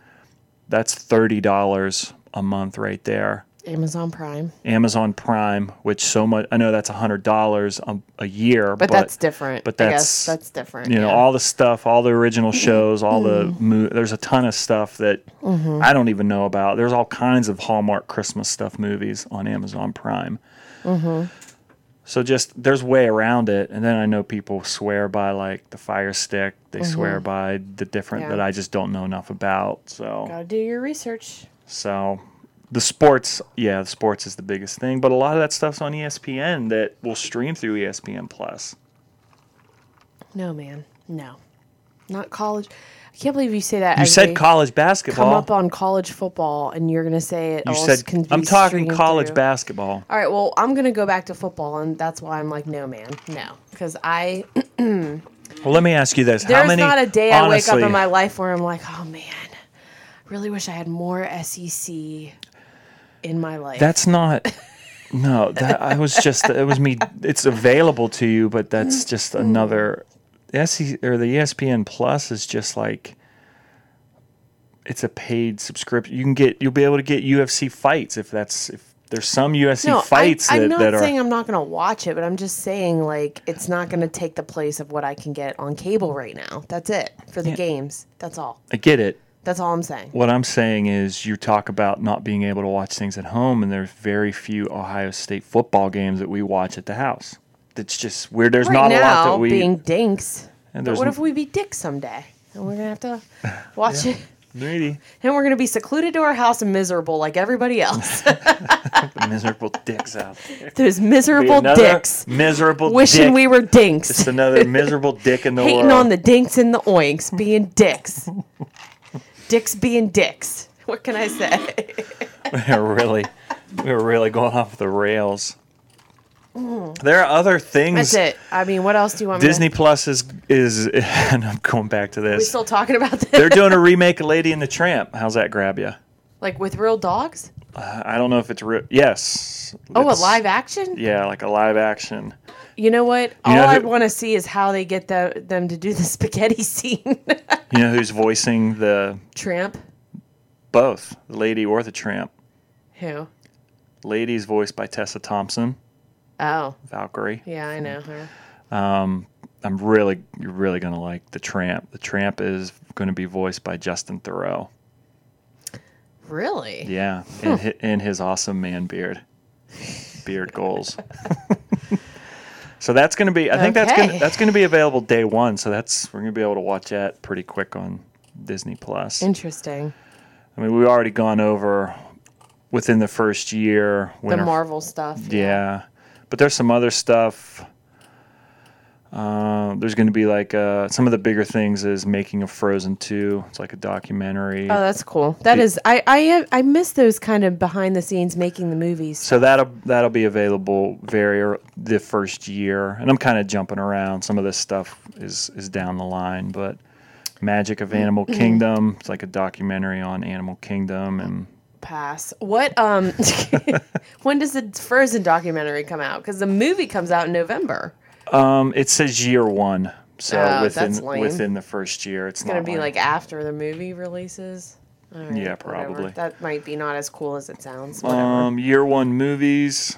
[SPEAKER 1] That's thirty dollars a month right there.
[SPEAKER 2] Amazon Prime,
[SPEAKER 1] Amazon Prime, which so much I know that's hundred dollars a, a year,
[SPEAKER 2] but, that's different.
[SPEAKER 1] but
[SPEAKER 2] I
[SPEAKER 1] that's-
[SPEAKER 2] guess that's different.
[SPEAKER 1] you know
[SPEAKER 2] yeah. Mm-hmm.
[SPEAKER 1] all the stuff, all the original shows, all the mo- there's a ton of stuff that I don't even know about. There's all kinds of Hallmark Christmas stuff movies on Amazon Prime.
[SPEAKER 2] Mm-hmm.
[SPEAKER 1] So just there's way around it, and then I know people swear by like the Fire Stick. They swear by the different
[SPEAKER 2] Mm-hmm. Yeah.
[SPEAKER 1] that I just don't know enough about. So
[SPEAKER 2] gotta do your research.
[SPEAKER 1] so the sports, yeah, the sports is the biggest thing, but a lot of that stuff's on E ESPN that will stream through E ESPN Plus.
[SPEAKER 2] No, man, no, not college. I can't believe you say that.
[SPEAKER 1] You said college basketball.
[SPEAKER 2] come up on college football, and you're gonna say it.
[SPEAKER 1] You
[SPEAKER 2] all
[SPEAKER 1] said
[SPEAKER 2] can be
[SPEAKER 1] I'm talking
[SPEAKER 2] streamed
[SPEAKER 1] college
[SPEAKER 2] through.
[SPEAKER 1] basketball.
[SPEAKER 2] All right, well, I'm gonna go back to football, and that's why I'm like, no, man, no, because I
[SPEAKER 1] Well, let me ask you this: How
[SPEAKER 2] There's
[SPEAKER 1] many?
[SPEAKER 2] not a day I wake
[SPEAKER 1] honestly,
[SPEAKER 2] up in my life where I'm like, oh man, I really wish I had more SEC in my life.
[SPEAKER 1] That's not. No, that I was just. It was me. It's available to you, but
[SPEAKER 2] Mm.
[SPEAKER 1] that's just another. SE or the E ESPN Plus is just like. It's a paid subscription. You can get. You'll be able to get UFC fights if that's if there's some UFC
[SPEAKER 2] no,
[SPEAKER 1] fights
[SPEAKER 2] I,
[SPEAKER 1] that,
[SPEAKER 2] I'm not
[SPEAKER 1] that are.
[SPEAKER 2] saying I'm not going to watch it, but I'm just saying like it's not going to take the place of what I can get on cable right now. That's it for the games. That's all.
[SPEAKER 1] I get it.
[SPEAKER 2] That's all I'm saying.
[SPEAKER 1] What I'm saying is, you talk about not being able to watch things at home, and there's very few Ohio State football games that we watch at the house. That's just where there's
[SPEAKER 2] right
[SPEAKER 1] not a
[SPEAKER 2] now,
[SPEAKER 1] lot that we.
[SPEAKER 2] being dinks.
[SPEAKER 1] And
[SPEAKER 2] But
[SPEAKER 1] there's
[SPEAKER 2] what
[SPEAKER 1] n-
[SPEAKER 2] if we be dicks someday? And we're going to
[SPEAKER 1] *laughs*
[SPEAKER 2] have to watch it.
[SPEAKER 1] Really?
[SPEAKER 2] And we're going to be secluded to our house and miserable like
[SPEAKER 1] *laughs*
[SPEAKER 2] everybody else.
[SPEAKER 1] The miserable dicks
[SPEAKER 2] *laughs*
[SPEAKER 1] out there.
[SPEAKER 2] Those miserable
[SPEAKER 1] Another
[SPEAKER 2] dicks.
[SPEAKER 1] Miserable
[SPEAKER 2] Wishing
[SPEAKER 1] dick.
[SPEAKER 2] we were
[SPEAKER 1] *laughs*
[SPEAKER 2] dinks.
[SPEAKER 1] It's another miserable dick in the
[SPEAKER 2] hating
[SPEAKER 1] world. *laughs*
[SPEAKER 2] on the dinks and the oinks, being dicks. dicks being dicks. What can I say?
[SPEAKER 1] we are really, we are really going off the rails. There are other things.
[SPEAKER 2] Mm. That's it. I mean, what else do you want
[SPEAKER 1] Disney
[SPEAKER 2] me
[SPEAKER 1] Plus is is, *laughs* and I'm going back to
[SPEAKER 2] to We're
[SPEAKER 1] this.
[SPEAKER 2] still talking about this.
[SPEAKER 1] They're doing a remake of Lady and the Tramp. How's that grab you?
[SPEAKER 2] *laughs* like with real dogs?
[SPEAKER 1] Uh, I don't know if it's real. Yes.
[SPEAKER 2] Oh, a
[SPEAKER 1] It's-
[SPEAKER 2] live action?
[SPEAKER 1] Yeah, like a live action.
[SPEAKER 2] You know what?
[SPEAKER 1] You
[SPEAKER 2] All
[SPEAKER 1] know
[SPEAKER 2] I
[SPEAKER 1] who-
[SPEAKER 2] want to see is how they get the, them to do the *laughs*
[SPEAKER 1] *laughs*
[SPEAKER 2] spaghetti scene.
[SPEAKER 1] You know who's voicing the
[SPEAKER 2] Tramp?
[SPEAKER 1] both the lady or the tramp?
[SPEAKER 2] Who?
[SPEAKER 1] Lady's voiced by Tessa Thompson,
[SPEAKER 2] Oh,
[SPEAKER 1] Valkyrie.
[SPEAKER 2] yeah, I know her.
[SPEAKER 1] I'm really, you're really gonna like the tramp. The tramp is gonna be voiced by Justin Thoreau.
[SPEAKER 2] Really?
[SPEAKER 1] Yeah, in, hi- in his awesome man beard, beard goals. *laughs* so that's gonna be. I think that's
[SPEAKER 2] Okay.
[SPEAKER 1] gonna that's gonna be available day one. So that's we're gonna be able to watch that pretty quick on Disney Plus.
[SPEAKER 2] Interesting.
[SPEAKER 1] I mean, we've already gone over within the first year.
[SPEAKER 2] The
[SPEAKER 1] Winter,
[SPEAKER 2] Marvel stuff.
[SPEAKER 1] yeah, but there's some other stuff. Uh, there's going to be like uh, some of the bigger things is making a Frozen two. It's like a documentary.
[SPEAKER 2] Oh, that's cool. That is, I, I, I miss those kind of behind the scenes making the movies.
[SPEAKER 1] so that'll that'll be available very ear the first year. And I'm kind of jumping around. Some of this stuff is is down the line, but Magic
[SPEAKER 2] Mm-hmm.
[SPEAKER 1] of Animal Kingdom. It's like a documentary on Animal Kingdom, and
[SPEAKER 2] Pass. What? Um, *laughs* when does the Frozen documentary come out? Because the movie comes out in November.
[SPEAKER 1] um, it says year one. So
[SPEAKER 2] Oh, that's
[SPEAKER 1] within
[SPEAKER 2] lame.
[SPEAKER 1] within the first year, it's,
[SPEAKER 2] It's gonna
[SPEAKER 1] not
[SPEAKER 2] be like after the movie releases. All right,
[SPEAKER 1] Yeah,
[SPEAKER 2] whatever.
[SPEAKER 1] probably.
[SPEAKER 2] That might be not as cool as it sounds. Whatever.
[SPEAKER 1] Um, year one movies.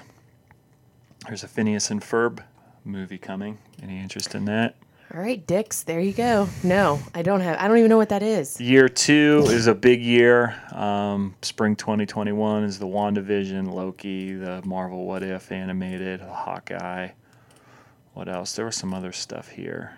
[SPEAKER 1] There's a Phineas and Ferb movie coming. Any interest in that?
[SPEAKER 2] All right, dicks. There you go. No, I don't have. I don't even know what that is.
[SPEAKER 1] Year two is a big year. Um, spring 2021 is the WandaVision, Loki, the Marvel What If animated, Hawkeye. What else? There was some other stuff here.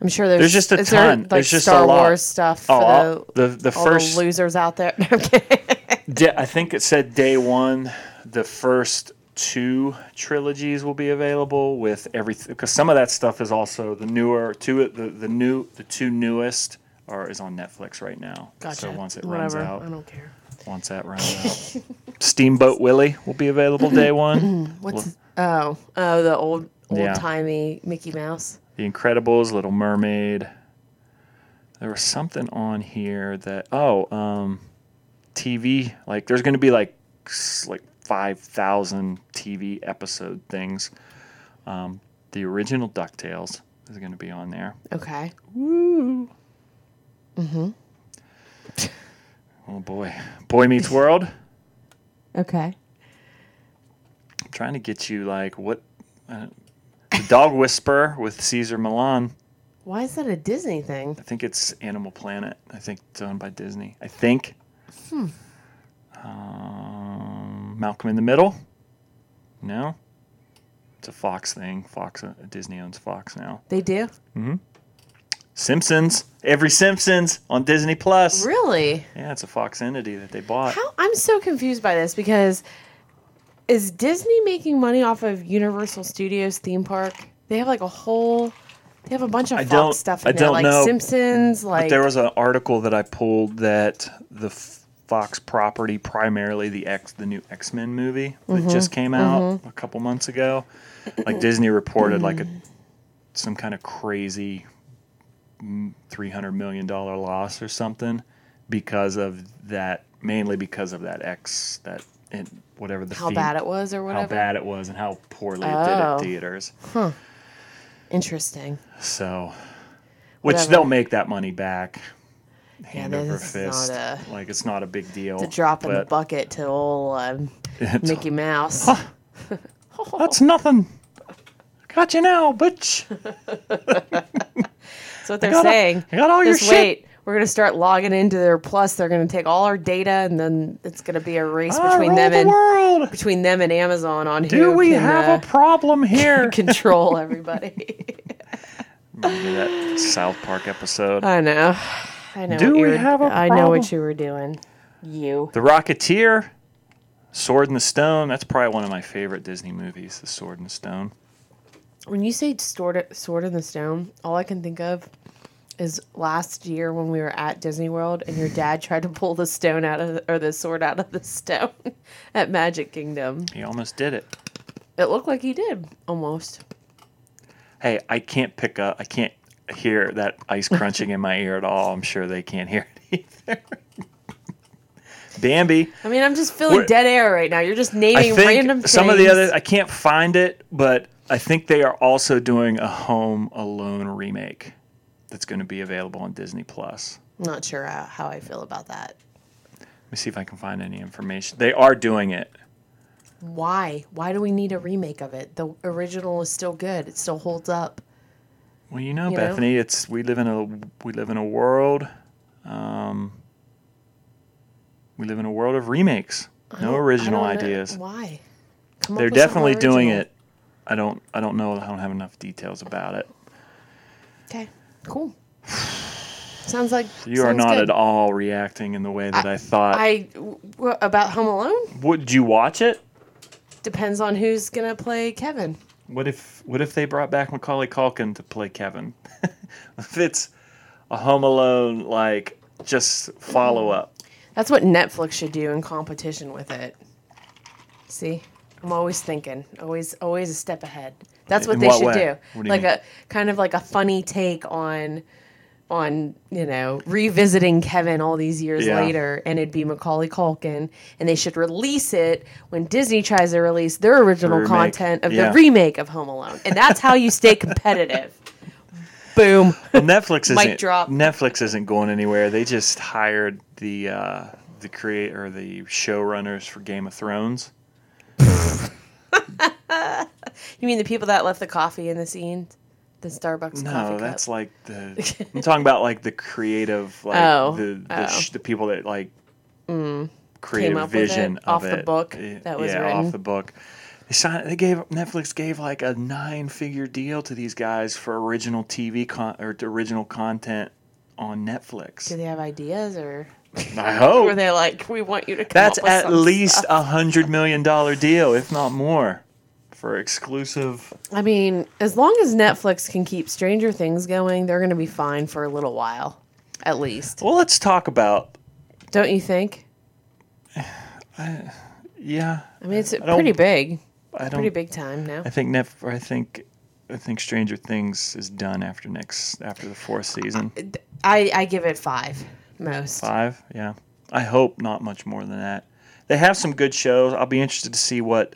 [SPEAKER 2] I'm sure there's,
[SPEAKER 1] There's just a
[SPEAKER 2] is there,
[SPEAKER 1] ton.
[SPEAKER 2] like
[SPEAKER 1] There's just
[SPEAKER 2] Star
[SPEAKER 1] a lot.
[SPEAKER 2] Wars stuff for
[SPEAKER 1] Oh,
[SPEAKER 2] the,
[SPEAKER 1] the, the,
[SPEAKER 2] all
[SPEAKER 1] first.
[SPEAKER 2] the losers out there. *laughs* Okay.
[SPEAKER 1] Da- I think it said day one, the first two trilogies will be available with everything because some of that stuff is also the newer two the, the new the two newest are is on Netflix right now. So once it runs
[SPEAKER 2] Whatever. I
[SPEAKER 1] out,
[SPEAKER 2] don't care.
[SPEAKER 1] once that runs out, *laughs* Steamboat Willie will be available day one.
[SPEAKER 2] What's oh oh the old old
[SPEAKER 1] Yeah.
[SPEAKER 2] timey Mickey Mouse.
[SPEAKER 1] The Incredibles, Little Mermaid. There was something on here that oh, um, TV like there's going to be like s- like five thousand TV episode things. Um, the original Ducktales is going to be on there.
[SPEAKER 2] Okay.
[SPEAKER 1] Oh boy, Boy Meets World.
[SPEAKER 2] Okay.
[SPEAKER 1] I'm trying to get you like what uh, the Dog Whisperer with Caesar Milan.
[SPEAKER 2] Why is that a Disney thing?
[SPEAKER 1] I think it's Animal Planet. I think it's owned by Disney. I think. Um, Malcolm in the Middle. No. It's a Fox thing. Fox. Uh, Disney owns Fox now.
[SPEAKER 2] They do.
[SPEAKER 1] Simpsons. Every Simpsons on Disney Plus.
[SPEAKER 2] Really?
[SPEAKER 1] Yeah, it's a Fox entity that they bought.
[SPEAKER 2] How I'm so confused by this because is Disney making money off of Universal Studios theme park? They have like a whole they have a bunch of
[SPEAKER 1] I
[SPEAKER 2] Fox
[SPEAKER 1] don't-
[SPEAKER 2] stuff in
[SPEAKER 1] I
[SPEAKER 2] there,
[SPEAKER 1] don't
[SPEAKER 2] like
[SPEAKER 1] know,
[SPEAKER 2] Simpsons,
[SPEAKER 1] But
[SPEAKER 2] like
[SPEAKER 1] there was an article that I pulled that the F- Fox property, primarily the X, the new X Men movie that
[SPEAKER 2] Mm-hmm.
[SPEAKER 1] just came out a couple months ago, like Disney reported like a some kind of crazy mm, three hundred million dollar loss or something because of that, mainly because of that X that and whatever the
[SPEAKER 2] how
[SPEAKER 1] fee-
[SPEAKER 2] bad it was or
[SPEAKER 1] how
[SPEAKER 2] whatever.
[SPEAKER 1] bad it was and how poorly it did
[SPEAKER 2] Oh.
[SPEAKER 1] at theaters.
[SPEAKER 2] Interesting.
[SPEAKER 1] So, which
[SPEAKER 2] Whatever.
[SPEAKER 1] they'll make that money back. Hand
[SPEAKER 2] this
[SPEAKER 1] over
[SPEAKER 2] is not
[SPEAKER 1] fist.
[SPEAKER 2] a-
[SPEAKER 1] like it's not a big deal.
[SPEAKER 2] The drop in the
[SPEAKER 1] but
[SPEAKER 2] bucket to old um,
[SPEAKER 1] *laughs* it's-
[SPEAKER 2] Mickey Mouse.
[SPEAKER 1] That's nothing. Got you now, bitch.
[SPEAKER 2] *laughs* That's what they're
[SPEAKER 1] got all-
[SPEAKER 2] saying.
[SPEAKER 1] I got all your
[SPEAKER 2] Just
[SPEAKER 1] shit.
[SPEAKER 2] wait. We're gonna start logging into their plus. They're gonna take all our data, and then it's gonna be a race
[SPEAKER 1] I
[SPEAKER 2] between
[SPEAKER 1] rule
[SPEAKER 2] them
[SPEAKER 1] the
[SPEAKER 2] and *laughs*
[SPEAKER 1] world.
[SPEAKER 2] between them and Amazon on
[SPEAKER 1] Do
[SPEAKER 2] who
[SPEAKER 1] we
[SPEAKER 2] can,
[SPEAKER 1] have
[SPEAKER 2] uh,
[SPEAKER 1] a
[SPEAKER 2] *laughs*
[SPEAKER 1] problem here?
[SPEAKER 2] control everybody.
[SPEAKER 1] Remember
[SPEAKER 2] *laughs*
[SPEAKER 1] that South Park episode.
[SPEAKER 2] I know. I know.
[SPEAKER 1] Do
[SPEAKER 2] what you
[SPEAKER 1] we
[SPEAKER 2] were-
[SPEAKER 1] have a
[SPEAKER 2] I know
[SPEAKER 1] problem?
[SPEAKER 2] what you were doing. You.
[SPEAKER 1] the Rocketeer, Sword in the Stone. That's probably one of my favorite Disney movies. The Sword in the Stone.
[SPEAKER 2] When you say sword, sword in the stone, all I can think of is last year when we were at Disney World and your dad tried to pull the stone out of the, or the sword out of the stone *laughs* at Magic Kingdom.
[SPEAKER 1] He almost did it.
[SPEAKER 2] It looked like he did almost.
[SPEAKER 1] Hey, I can't pick up. I can't hear that
[SPEAKER 2] *laughs*
[SPEAKER 1] ice crunching in my ear at all. I'm sure they can't hear it either. *laughs* Bambi.
[SPEAKER 2] I mean, I'm just feeling
[SPEAKER 1] What-
[SPEAKER 2] dead air right now. You're just naming
[SPEAKER 1] I think
[SPEAKER 2] random things.
[SPEAKER 1] some of the other I can't find it, but I think they are also doing a Home Alone remake that's going to be available on Disney Plus.
[SPEAKER 2] Not sure how, how I feel about that.
[SPEAKER 1] Let me see if I can find any information. They are doing it.
[SPEAKER 2] Why? Why do we need a remake of it? The original is still good. It still holds up.
[SPEAKER 1] Well, you know,
[SPEAKER 2] You know?
[SPEAKER 1] Bethany, it's we live in a we live in a world. Um, we live in a world of remakes. No
[SPEAKER 2] don't- I
[SPEAKER 1] original
[SPEAKER 2] don't know.
[SPEAKER 1] ideas.
[SPEAKER 2] Why? Come up
[SPEAKER 1] They're
[SPEAKER 2] with something
[SPEAKER 1] definitely doing
[SPEAKER 2] original.
[SPEAKER 1] it. I don't I don't know. I don't have enough details about it.
[SPEAKER 2] Okay. Cool. Sounds like
[SPEAKER 1] You are
[SPEAKER 2] sounds
[SPEAKER 1] not
[SPEAKER 2] good.
[SPEAKER 1] at all reacting in the way that I, thought.
[SPEAKER 2] I w- w- about Home Alone
[SPEAKER 1] Would you watch it?
[SPEAKER 2] depends on who's gonna play Kevin.
[SPEAKER 1] What if what if they brought back Macaulay Culkin to play Kevin? *laughs* if it's a Home Alone like just follow up.
[SPEAKER 2] That's what Netflix should do in competition with it. See, I'm always thinking, always, always a step ahead. That's what
[SPEAKER 1] In
[SPEAKER 2] they
[SPEAKER 1] what
[SPEAKER 2] should
[SPEAKER 1] way?
[SPEAKER 2] do.
[SPEAKER 1] What do you
[SPEAKER 2] like
[SPEAKER 1] mean?
[SPEAKER 2] a kind of like a funny take on, on you know revisiting Kevin all these years
[SPEAKER 1] Yeah.
[SPEAKER 2] later, and it'd be Macaulay Culkin, and they should release it when Disney tries to release their original
[SPEAKER 1] remake.
[SPEAKER 2] content of
[SPEAKER 1] Yeah.
[SPEAKER 2] the remake of Home Alone, and that's how you
[SPEAKER 1] *laughs*
[SPEAKER 2] stay competitive. Boom.
[SPEAKER 1] Well, Netflix
[SPEAKER 2] Mm. Mic
[SPEAKER 1] isn't
[SPEAKER 2] drop.
[SPEAKER 1] Netflix isn't going anywhere. They just hired the uh, the creator or the showrunners for Game of Thrones.
[SPEAKER 2] You mean the people that left the coffee in the scene, the Starbucks coffee
[SPEAKER 1] No,
[SPEAKER 2] cup?
[SPEAKER 1] that's like the
[SPEAKER 2] *laughs*
[SPEAKER 1] I'm talking about like the creative like
[SPEAKER 2] Oh,
[SPEAKER 1] the the,
[SPEAKER 2] oh. Mm.
[SPEAKER 1] Sh- the people that like
[SPEAKER 2] Came
[SPEAKER 1] creative
[SPEAKER 2] up with it,
[SPEAKER 1] vision of
[SPEAKER 2] off the
[SPEAKER 1] it.
[SPEAKER 2] book
[SPEAKER 1] Eh,
[SPEAKER 2] that was
[SPEAKER 1] yeah,
[SPEAKER 2] written.
[SPEAKER 1] off the book. They signed, they gave Netflix gave like a nine figure deal to these guys for original TV con- or original content on
[SPEAKER 2] Do
[SPEAKER 1] Netflix.
[SPEAKER 2] they have ideas or
[SPEAKER 1] I hope
[SPEAKER 2] were they like, we want you to come
[SPEAKER 1] Oh. That's
[SPEAKER 2] up with
[SPEAKER 1] at
[SPEAKER 2] some
[SPEAKER 1] least
[SPEAKER 2] stuff?"
[SPEAKER 1] a hundred million dollar deal, if not more, for exclusive.
[SPEAKER 2] I mean, as long as Netflix can keep Stranger Things going, they're going to be fine for a little while, at least.
[SPEAKER 1] Well, let's talk about.
[SPEAKER 2] Don't you think?
[SPEAKER 1] Yeah,
[SPEAKER 2] I mean, it's
[SPEAKER 1] don't-
[SPEAKER 2] pretty big,
[SPEAKER 1] I don't.
[SPEAKER 2] pretty big time now.
[SPEAKER 1] I think Nef. I think. I think Stranger Things is done after next after the fourth season.
[SPEAKER 2] I, I give it five most.
[SPEAKER 1] Five. Yeah. I hope not much more than that. They have some good shows. I'll be interested to see what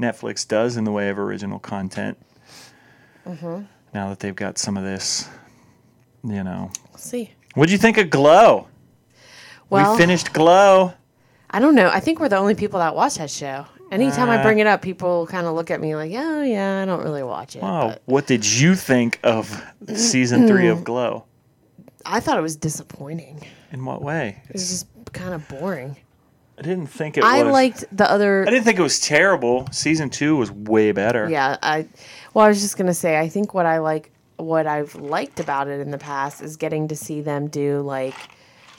[SPEAKER 1] Netflix does in the way of original content.
[SPEAKER 2] Mm-hmm.
[SPEAKER 1] Now that they've got some of this, you know.
[SPEAKER 2] Let's see.
[SPEAKER 1] What'd you think of Glow?
[SPEAKER 2] Well,
[SPEAKER 1] we finished Glow.
[SPEAKER 2] I don't know. I think we're the only people that watch that show. Anytime
[SPEAKER 1] Uh.
[SPEAKER 2] I bring it up, people kind of look at me like, oh, yeah, I don't really watch it.
[SPEAKER 1] Oh,
[SPEAKER 2] but-
[SPEAKER 1] what did you think of season three
[SPEAKER 2] hmm.
[SPEAKER 1] of Glow?
[SPEAKER 2] I thought it was disappointing.
[SPEAKER 1] In what way?
[SPEAKER 2] It was just kind of boring.
[SPEAKER 1] I didn't think it
[SPEAKER 2] I
[SPEAKER 1] was.
[SPEAKER 2] liked the
[SPEAKER 1] I
[SPEAKER 2] other.
[SPEAKER 1] didn't think it was terrible. Season two was way better.
[SPEAKER 2] Yeah, I. Well, I was just gonna say. I think what I like, what I've liked about it in the past is getting to see them do like,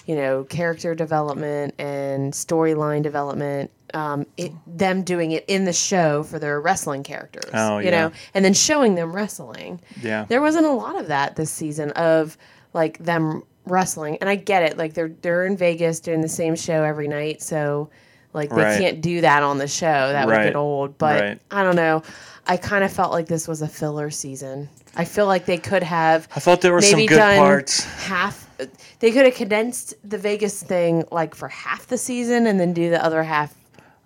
[SPEAKER 2] you know, character development and storyline development. Um, it, them doing it in the show for their wrestling characters.
[SPEAKER 1] Oh,
[SPEAKER 2] you
[SPEAKER 1] yeah.
[SPEAKER 2] know, and then showing them wrestling.
[SPEAKER 1] Yeah.
[SPEAKER 2] There wasn't a lot of that this season of like them wrestling. And I get it. Like they're they're in Vegas doing the same show every night, so like they
[SPEAKER 1] Right.
[SPEAKER 2] can't do that on the show. That would
[SPEAKER 1] Right.
[SPEAKER 2] get old. But
[SPEAKER 1] Right.
[SPEAKER 2] I don't know. I kind of felt like this was a filler season. I feel like they could have
[SPEAKER 1] I thought there were some
[SPEAKER 2] maybe
[SPEAKER 1] good
[SPEAKER 2] done
[SPEAKER 1] parts.
[SPEAKER 2] half they could have condensed the Vegas thing like for half the season and then do the other half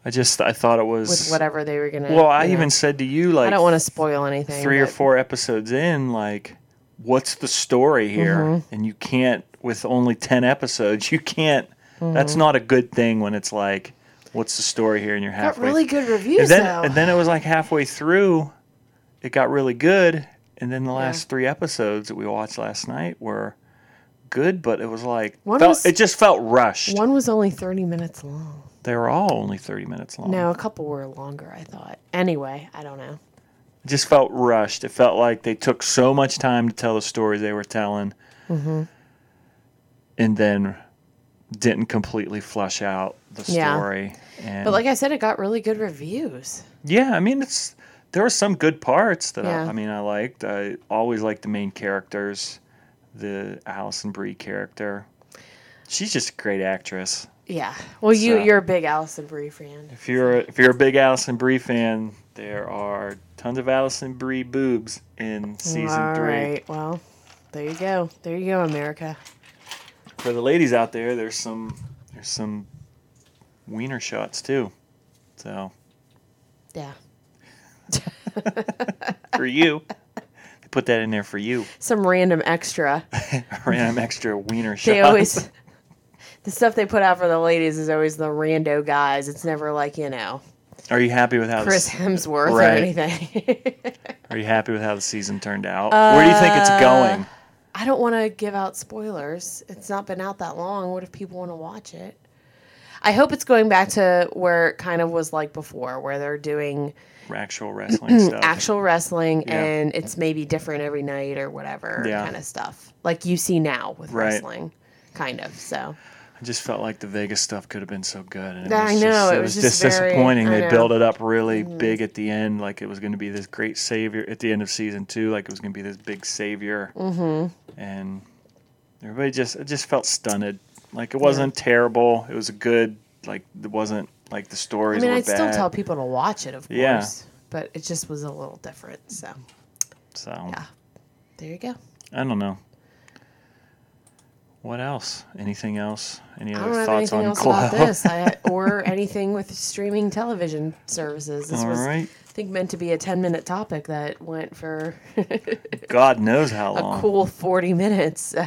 [SPEAKER 1] I just I thought it was
[SPEAKER 2] with whatever they were gonna
[SPEAKER 1] Well, I
[SPEAKER 2] you know.
[SPEAKER 1] even said to you like
[SPEAKER 2] I don't want to spoil anything.
[SPEAKER 1] three or
[SPEAKER 2] but-
[SPEAKER 1] four episodes in, like, what's the story here?
[SPEAKER 2] Mm-hmm.
[SPEAKER 1] And you can't with only ten episodes, *laughs* you can't. That's
[SPEAKER 2] Mm-hmm.
[SPEAKER 1] not a good thing when it's like, what's the story here? And you're
[SPEAKER 2] Got
[SPEAKER 1] halfway.
[SPEAKER 2] really good reviews
[SPEAKER 1] and then,
[SPEAKER 2] though.
[SPEAKER 1] and then it was like halfway through, it got really good. And then the last three episodes that we watched last night were good, but it was like
[SPEAKER 2] One
[SPEAKER 1] felt,
[SPEAKER 2] was-
[SPEAKER 1] it just felt rushed.
[SPEAKER 2] One was only 30 minutes long.
[SPEAKER 1] They were all only thirty minutes long.
[SPEAKER 2] No, a couple were longer, I thought. Anyway, I don't know.
[SPEAKER 1] It just felt rushed. It felt like they took so much time to tell the stories they were telling,
[SPEAKER 2] Mm-hmm.
[SPEAKER 1] and then didn't completely flush out the
[SPEAKER 2] Yeah.
[SPEAKER 1] story. And
[SPEAKER 2] But like I said, it got really good reviews.
[SPEAKER 1] Yeah, I mean, it's there were some good parts that
[SPEAKER 2] Yeah.
[SPEAKER 1] I, I mean I liked. I always liked the main characters. the Allison Brie character. She's just a great actress.
[SPEAKER 2] Yeah. Well, you
[SPEAKER 1] So-
[SPEAKER 2] you're a big Allison Brie fan.
[SPEAKER 1] If you're if you're a big Allison Brie fan, there are tons of Allison Brie boobs in season
[SPEAKER 2] All
[SPEAKER 1] three.
[SPEAKER 2] right. Well, there you go. There you go, America.
[SPEAKER 1] For the ladies out there, there's some there's some wiener shots too. So
[SPEAKER 2] Yeah.
[SPEAKER 1] for
[SPEAKER 2] *laughs*
[SPEAKER 1] you, they put that in there for you. *laughs*
[SPEAKER 2] Some random extra.
[SPEAKER 1] Random extra wiener shots.
[SPEAKER 2] They always *laughs* the stuff they put out for the ladies is always the rando guys. It's never like you know
[SPEAKER 1] Are you happy with how
[SPEAKER 2] Chris
[SPEAKER 1] this,
[SPEAKER 2] Hemsworth or
[SPEAKER 1] Right.
[SPEAKER 2] anything. *laughs*
[SPEAKER 1] Are you happy with how the season turned out? Where do you think
[SPEAKER 2] Uh,
[SPEAKER 1] it's going?
[SPEAKER 2] I don't want to give out spoilers. It's not been out that long. What if people want to watch it? I hope it's going back to where it kind of was like before, where they're doing
[SPEAKER 1] Actual
[SPEAKER 2] *clears throat*
[SPEAKER 1] wrestling stuff.
[SPEAKER 2] actual wrestling
[SPEAKER 1] Yeah.
[SPEAKER 2] and it's maybe different every night or whatever
[SPEAKER 1] Yeah.
[SPEAKER 2] kind of stuff. Like you see now with
[SPEAKER 1] Right.
[SPEAKER 2] wrestling, kind of. So
[SPEAKER 1] I just felt like the Vegas stuff could have been so good. And it
[SPEAKER 2] Yeah, I
[SPEAKER 1] was
[SPEAKER 2] know,
[SPEAKER 1] Just,
[SPEAKER 2] it
[SPEAKER 1] it
[SPEAKER 2] was
[SPEAKER 1] was
[SPEAKER 2] just
[SPEAKER 1] just
[SPEAKER 2] very-
[SPEAKER 1] disappointing.
[SPEAKER 2] I
[SPEAKER 1] They
[SPEAKER 2] know.
[SPEAKER 1] built it up really big at the end, like it was going to be this great savior at the end of season two, like it was going to be this big savior. Mm-hmm. And everybody just it just felt stunted. Like it wasn't terrible. It was a good. Like it wasn't like the
[SPEAKER 2] I
[SPEAKER 1] stories.
[SPEAKER 2] mean,
[SPEAKER 1] were
[SPEAKER 2] I'd still
[SPEAKER 1] bad,
[SPEAKER 2] tell people to watch it, of course,
[SPEAKER 1] Yeah.
[SPEAKER 2] but it just was a little different. So
[SPEAKER 1] So
[SPEAKER 2] yeah, there you go.
[SPEAKER 1] I don't know. What else? Anything else? Any
[SPEAKER 2] I
[SPEAKER 1] other
[SPEAKER 2] don't have
[SPEAKER 1] thoughts
[SPEAKER 2] anything
[SPEAKER 1] on
[SPEAKER 2] else
[SPEAKER 1] Glow?
[SPEAKER 2] about
[SPEAKER 1] *laughs*
[SPEAKER 2] this I, or anything with streaming television services. This
[SPEAKER 1] All
[SPEAKER 2] was,
[SPEAKER 1] right.
[SPEAKER 2] I think, meant to be a ten-minute topic that went for *laughs*
[SPEAKER 1] God knows how
[SPEAKER 2] a
[SPEAKER 1] long.
[SPEAKER 2] cool forty minutes. So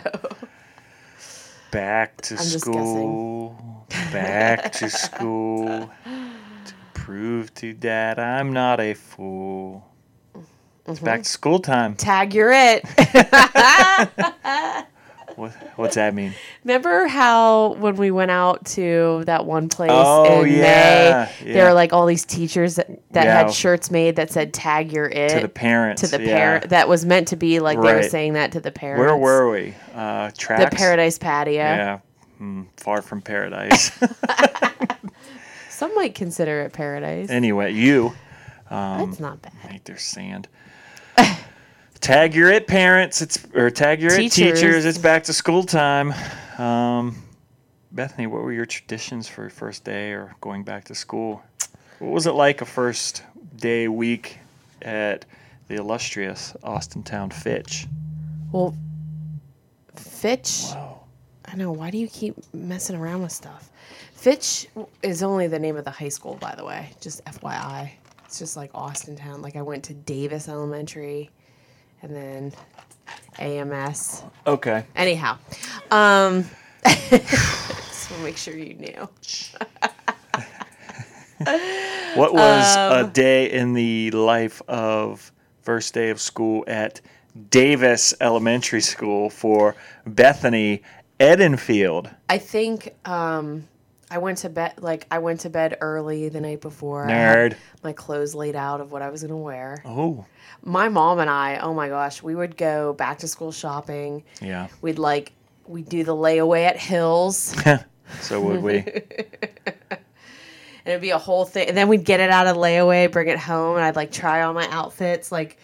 [SPEAKER 1] back to
[SPEAKER 2] just
[SPEAKER 1] school, back
[SPEAKER 2] *laughs*
[SPEAKER 1] to school to prove to dad I'm not a fool. It's
[SPEAKER 2] Mm-hmm.
[SPEAKER 1] back to school time.
[SPEAKER 2] tag, you're it. *laughs*
[SPEAKER 1] What, what's that mean?
[SPEAKER 2] Remember how when we went out to that one place
[SPEAKER 1] Oh,
[SPEAKER 2] in
[SPEAKER 1] yeah,
[SPEAKER 2] May,
[SPEAKER 1] yeah.
[SPEAKER 2] there were like all these teachers that, that
[SPEAKER 1] Yeah.
[SPEAKER 2] had shirts made that said "Tag your it"
[SPEAKER 1] To the parents.
[SPEAKER 2] to the
[SPEAKER 1] yeah.
[SPEAKER 2] parent that was meant to be like they were
[SPEAKER 1] Right.
[SPEAKER 2] saying that to the parents.
[SPEAKER 1] Where were we? Uh,
[SPEAKER 2] the
[SPEAKER 1] tracks.
[SPEAKER 2] Paradise Patio?
[SPEAKER 1] Yeah. Hmm, far from paradise. *laughs*
[SPEAKER 2] Some might consider it paradise.
[SPEAKER 1] anyway, you.
[SPEAKER 2] That's not bad.
[SPEAKER 1] I think there's sand. *sighs* tag your it parents. It's or tag your it
[SPEAKER 2] Teachers.
[SPEAKER 1] teachers. It's back to school time. Um, Bethany, what were your traditions for your first day or going back to school? What was it like a first day week at the illustrious Austintown Fitch?
[SPEAKER 2] Well, Fitch.
[SPEAKER 1] Wow.
[SPEAKER 2] I know. Why do you keep messing around with stuff? Fitch is only the name of the high school, by the way. Just FYI. It's just like Austin Town. Like I went to Davis Elementary, and then AMS.
[SPEAKER 1] Okay.
[SPEAKER 2] Anyhow, um, *laughs* just want to make sure you knew.
[SPEAKER 1] What was a day in the life of first day of school at Davis Elementary School for Bethany Edenfield?
[SPEAKER 2] I think um, I went to bed like I went to bed early the night before. I
[SPEAKER 1] Nerd.
[SPEAKER 2] had my clothes laid out of what I was gonna wear.
[SPEAKER 1] Oh.
[SPEAKER 2] My mom and I, oh my gosh, we would go back to school shopping.
[SPEAKER 1] Yeah.
[SPEAKER 2] We'd like we'd do the layaway at Hills, *laughs* and
[SPEAKER 1] So would
[SPEAKER 2] *laughs*
[SPEAKER 1] we.
[SPEAKER 2] it'd be a whole thing. And then we'd get it out of layaway, bring it home, and I'd like try on my outfits, like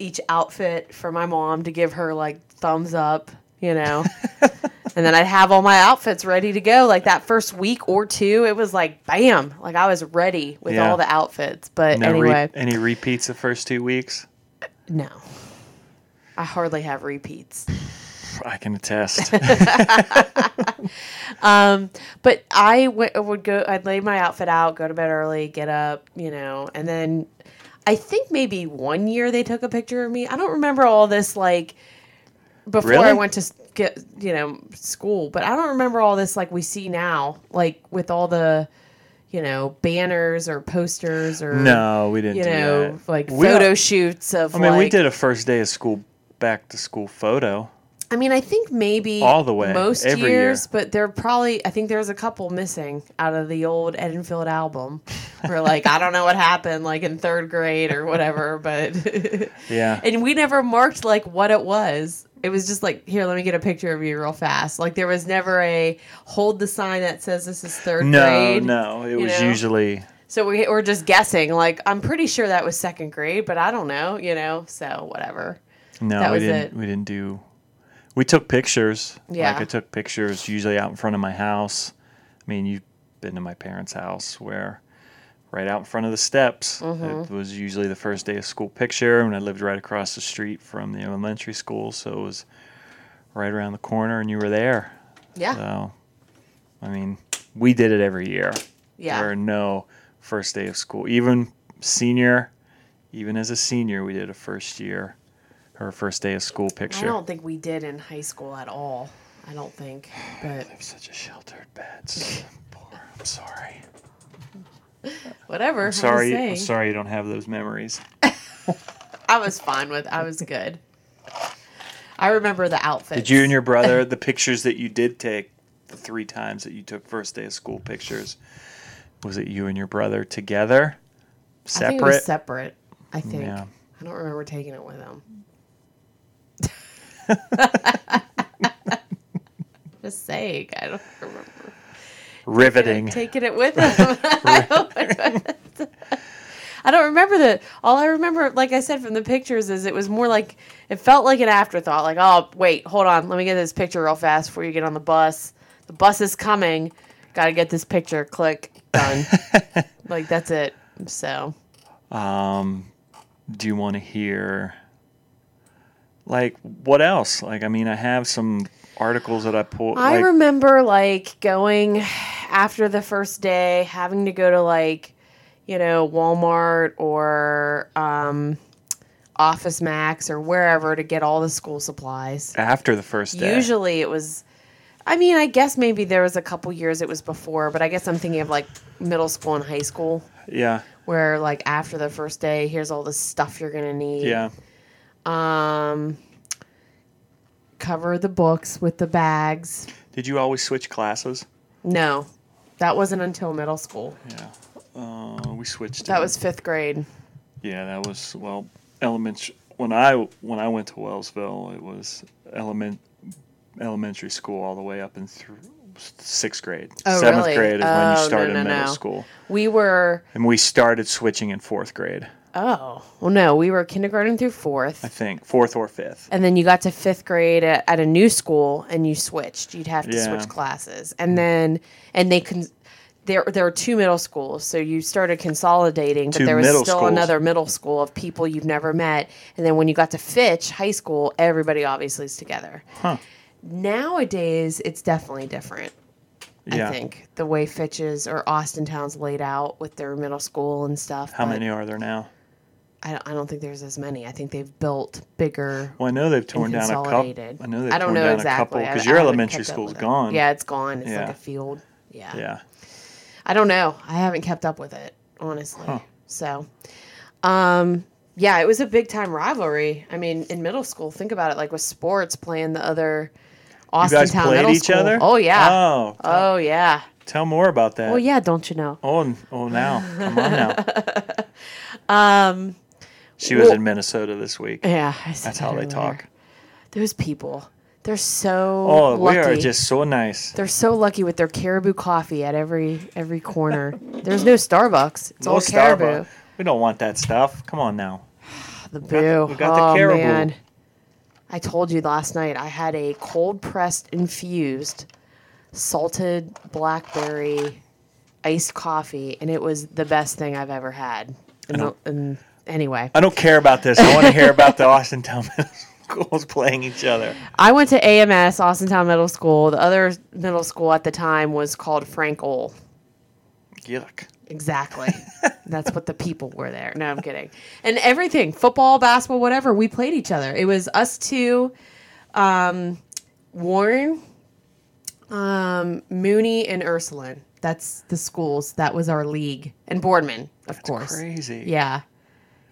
[SPEAKER 2] each outfit for my mom to give her like thumbs up,
[SPEAKER 1] *laughs*
[SPEAKER 2] you know. and then I'd have all my outfits ready to go. Like that first week or two, it was like bam, like I was ready with
[SPEAKER 1] Yeah.
[SPEAKER 2] all the outfits. But
[SPEAKER 1] No re- eh.
[SPEAKER 2] anyway,
[SPEAKER 1] any repeats the first two weeks?
[SPEAKER 2] no. I hardly have repeats.
[SPEAKER 1] I can
[SPEAKER 2] *laughs*
[SPEAKER 1] attest.
[SPEAKER 2] But I went, would go. I'd lay my outfit out, go to bed early, get up, you know, and then I think maybe one year they took a picture of me. I don't remember all this like before I
[SPEAKER 1] Really?
[SPEAKER 2] went to s- get you know school, but I don't remember all this like we see now, like with all the you know banners or posters or
[SPEAKER 1] no, we didn't
[SPEAKER 2] you
[SPEAKER 1] do
[SPEAKER 2] know
[SPEAKER 1] that.
[SPEAKER 2] like
[SPEAKER 1] We-
[SPEAKER 2] photo shoots of.
[SPEAKER 1] I mean, we
[SPEAKER 2] like-
[SPEAKER 1] did a first day of school back to school photo.
[SPEAKER 2] I mean, I think maybe
[SPEAKER 1] All the way,
[SPEAKER 2] most
[SPEAKER 1] every
[SPEAKER 2] years,
[SPEAKER 1] year.
[SPEAKER 2] but there probably I think there's a couple missing out of the old Edenfield album. Where like I don't know what happened, like in third grade or whatever, but
[SPEAKER 1] *laughs* Yeah.
[SPEAKER 2] and we never marked like what it was. It was just like here, let me get a picture of you real fast. Like there was never a hold the sign that says this is third
[SPEAKER 1] no,
[SPEAKER 2] grade.
[SPEAKER 1] no. It
[SPEAKER 2] you
[SPEAKER 1] was
[SPEAKER 2] know?
[SPEAKER 1] usually
[SPEAKER 2] So we were just guessing. Like I'm pretty sure that was second grade, but I don't know. You know, so whatever.
[SPEAKER 1] no.
[SPEAKER 2] That
[SPEAKER 1] we
[SPEAKER 2] was
[SPEAKER 1] didn't.
[SPEAKER 2] it.
[SPEAKER 1] We didn't do. We took pictures.
[SPEAKER 2] Yeah.
[SPEAKER 1] Like I took pictures usually out in front of my house. I mean, you've been to my parents' house where right out in front of the steps. It
[SPEAKER 2] Mm-hmm.
[SPEAKER 1] was usually the first day of school picture and I lived right across the street from the elementary school, so it was right around the corner and you were there.
[SPEAKER 2] Yeah.
[SPEAKER 1] So I mean, we did it every year.
[SPEAKER 2] Yeah.
[SPEAKER 1] There are no first day of school. Even senior, even as a senior, we did a first year or first day of school
[SPEAKER 2] I
[SPEAKER 1] picture.
[SPEAKER 2] don't think we did in high school at all. I don't think. But
[SPEAKER 1] I'm such a sheltered
[SPEAKER 2] *laughs*
[SPEAKER 1] bats. Poor. I'm sorry.
[SPEAKER 2] whatever. I'm
[SPEAKER 1] Sorry.
[SPEAKER 2] I
[SPEAKER 1] I'm
[SPEAKER 2] was,
[SPEAKER 1] sorry you don't have those memories.
[SPEAKER 2] I was fine with I was good. I remember the outfit.
[SPEAKER 1] Did you and your brother the pictures that you did take the three times that you took first day of school pictures? Was it you and your brother together?
[SPEAKER 2] I think it
[SPEAKER 1] Separate?
[SPEAKER 2] was separate. I think.
[SPEAKER 1] Yeah.
[SPEAKER 2] I don't remember taking it with
[SPEAKER 1] *laughs*
[SPEAKER 2] him. *laughs* Just saying, I don't remember
[SPEAKER 1] Riveting.
[SPEAKER 2] taking it with him. *laughs* I don't- I don't remember that. All I remember, like I said from the pictures, is it was more like it felt like an afterthought. Like, oh wait, hold on, let me get this picture real fast before you get on the bus. The bus is coming. Got to get this picture. Click done. like that's it. So
[SPEAKER 1] Um, do you want to hear? Like what else? Like I mean, I have some articles that I pulled.
[SPEAKER 2] I
[SPEAKER 1] like,
[SPEAKER 2] remember like going after the first day, having to go to like, you know, Walmart or um, Office Max or wherever to get all the school supplies.
[SPEAKER 1] after the first day.
[SPEAKER 2] Usually it was, I mean, I guess maybe there was a couple years it was before, but I guess I'm thinking of like middle school and high school
[SPEAKER 1] yeah,
[SPEAKER 2] where like after the first day, here's all the stuff you're going to need.
[SPEAKER 1] yeah.
[SPEAKER 2] Um, cover the books with the bags.
[SPEAKER 1] Did you always switch classes?
[SPEAKER 2] No, that wasn't until middle school.
[SPEAKER 1] Yeah, uh, we switched.
[SPEAKER 2] That
[SPEAKER 1] in-
[SPEAKER 2] was fifth grade.
[SPEAKER 1] yeah, that was well elementary. When I when I went to Wellsville, it was element elementary school all the way up in through sixth grade.
[SPEAKER 2] Oh,
[SPEAKER 1] Seventh
[SPEAKER 2] really?
[SPEAKER 1] grade is
[SPEAKER 2] Oh,
[SPEAKER 1] when
[SPEAKER 2] no,
[SPEAKER 1] you started
[SPEAKER 2] no,
[SPEAKER 1] middle
[SPEAKER 2] no.
[SPEAKER 1] school,
[SPEAKER 2] We were
[SPEAKER 1] and we started switching in fourth grade.
[SPEAKER 2] oh well, no, we were kindergarten through
[SPEAKER 1] I
[SPEAKER 2] fourth,
[SPEAKER 1] think fourth or fifth.
[SPEAKER 2] and then you got to fifth grade at, at a new school, and you switched. You'd have to
[SPEAKER 1] Yeah.
[SPEAKER 2] switch classes, and then and they can. There, there were two middle schools, so you started consolidating, but
[SPEAKER 1] Two
[SPEAKER 2] there was
[SPEAKER 1] middle
[SPEAKER 2] still
[SPEAKER 1] schools.
[SPEAKER 2] another middle school of people you've never met. And then when you got to Fitch High School, everybody obviously is together.
[SPEAKER 1] Huh.
[SPEAKER 2] Nowadays, it's definitely different.
[SPEAKER 1] Yeah.
[SPEAKER 2] I think the way Fitch's or Austin Towns laid out with their middle school and stuff.
[SPEAKER 1] How
[SPEAKER 2] but
[SPEAKER 1] many are there now?
[SPEAKER 2] I don't, I don't think there's as many. I think they've built bigger.
[SPEAKER 1] Well, I know they've torn down a couple.
[SPEAKER 2] consolidated.
[SPEAKER 1] I know they've
[SPEAKER 2] I don't
[SPEAKER 1] torn
[SPEAKER 2] know
[SPEAKER 1] down
[SPEAKER 2] exactly.
[SPEAKER 1] a couple
[SPEAKER 2] I-
[SPEAKER 1] because
[SPEAKER 2] I
[SPEAKER 1] your
[SPEAKER 2] haven't
[SPEAKER 1] elementary
[SPEAKER 2] kept up
[SPEAKER 1] school's
[SPEAKER 2] with it.
[SPEAKER 1] gone.
[SPEAKER 2] Yeah, it's gone. It's like
[SPEAKER 1] Yeah.
[SPEAKER 2] a field. Yeah.
[SPEAKER 1] Yeah.
[SPEAKER 2] I don't know. I haven't kept up with it honestly. So, um, yeah, it was a big time rivalry. I mean, in middle school, think about it. Like with sports, playing the other
[SPEAKER 1] You
[SPEAKER 2] Austin
[SPEAKER 1] guys
[SPEAKER 2] Town
[SPEAKER 1] played
[SPEAKER 2] middle
[SPEAKER 1] each
[SPEAKER 2] school.
[SPEAKER 1] other?
[SPEAKER 2] Oh yeah.
[SPEAKER 1] Oh,
[SPEAKER 2] oh yeah.
[SPEAKER 1] tell more about that.
[SPEAKER 2] Oh yeah. Don't you know?
[SPEAKER 1] Oh, n- oh now. Come on now. um,
[SPEAKER 2] *laughs*
[SPEAKER 1] she was
[SPEAKER 2] Um, well-
[SPEAKER 1] in Minnesota this week.
[SPEAKER 2] Yeah, I said
[SPEAKER 1] That's how
[SPEAKER 2] that
[SPEAKER 1] they
[SPEAKER 2] earlier.
[SPEAKER 1] talk.
[SPEAKER 2] Those people, they're so
[SPEAKER 1] Oh,
[SPEAKER 2] lucky.
[SPEAKER 1] we are just so nice.
[SPEAKER 2] they're so lucky with their caribou coffee at every every corner. There's no Starbucks. It's
[SPEAKER 1] No
[SPEAKER 2] all caribou.
[SPEAKER 1] Starbucks. We don't want that stuff. Come on now.
[SPEAKER 2] The boo.
[SPEAKER 1] we got the
[SPEAKER 2] oh,
[SPEAKER 1] caribou.
[SPEAKER 2] Man. I told you last night I had a cold pressed infused salted blackberry iced coffee and it was the best thing I've ever had. And, the, and anyway,
[SPEAKER 1] I don't care about this. I want to hear about the Austin Town *laughs* middle schools playing each other.
[SPEAKER 2] I went to AMS, Austintown Middle School. The other middle school at the time was called Frankel.
[SPEAKER 1] Yuck.
[SPEAKER 2] Exactly. *laughs* That's what the people were there. No, I'm kidding. And everything, football, basketball, whatever, we played each other. It was us two, um, Warren, um, Mooney, and Ursuline. That's the schools. That was our league. And Boardman, of course.
[SPEAKER 1] Crazy.
[SPEAKER 2] Yeah.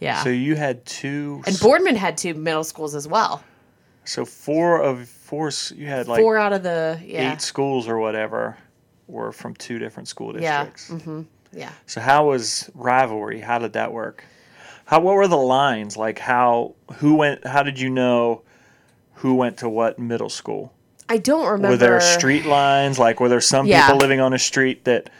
[SPEAKER 2] Yeah.
[SPEAKER 1] So you had two.
[SPEAKER 2] and Boardman had two middle schools as well.
[SPEAKER 1] so four of four. s- You had like
[SPEAKER 2] Four out of the, yeah.
[SPEAKER 1] eight schools or whatever were from two different school
[SPEAKER 2] Yeah. Mm-hmm.
[SPEAKER 1] districts.
[SPEAKER 2] Yeah.
[SPEAKER 1] So how was rivalry? How did that work? How what were the lines like? How who went? How did you know who went to what middle school?
[SPEAKER 2] I don't remember.
[SPEAKER 1] Were there street lines? Like were there some
[SPEAKER 2] Yeah.
[SPEAKER 1] people living on a street that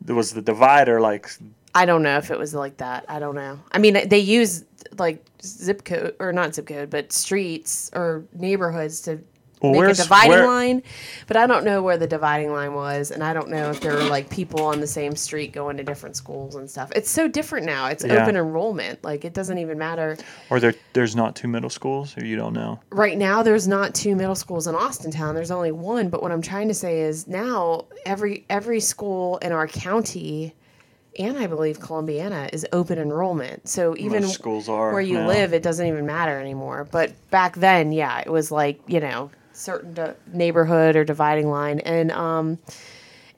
[SPEAKER 1] there was the divider? Like
[SPEAKER 2] I don't know if it was like that. I don't know. I mean, they use like zip code or not zip code, but streets or neighborhoods to
[SPEAKER 1] Well,
[SPEAKER 2] make a
[SPEAKER 1] where's-
[SPEAKER 2] dividing
[SPEAKER 1] where-
[SPEAKER 2] line. But I don't know where the dividing line was, and I don't know if there were like people on the same street going to different schools and stuff. It's so different now. It's
[SPEAKER 1] Yeah.
[SPEAKER 2] open enrollment. Like it doesn't even matter.
[SPEAKER 1] Or there, there's not two middle schools, or you don't know.
[SPEAKER 2] Right now, there's not two middle schools in Austintown. There's only one. But what I'm trying to say is now every every school in our county. And I believe Columbiana is open enrollment. So even
[SPEAKER 1] Most schools are
[SPEAKER 2] where you
[SPEAKER 1] now.
[SPEAKER 2] live, it doesn't even matter anymore. But back then, yeah, it was like you know certain di- neighborhood or dividing line, and um,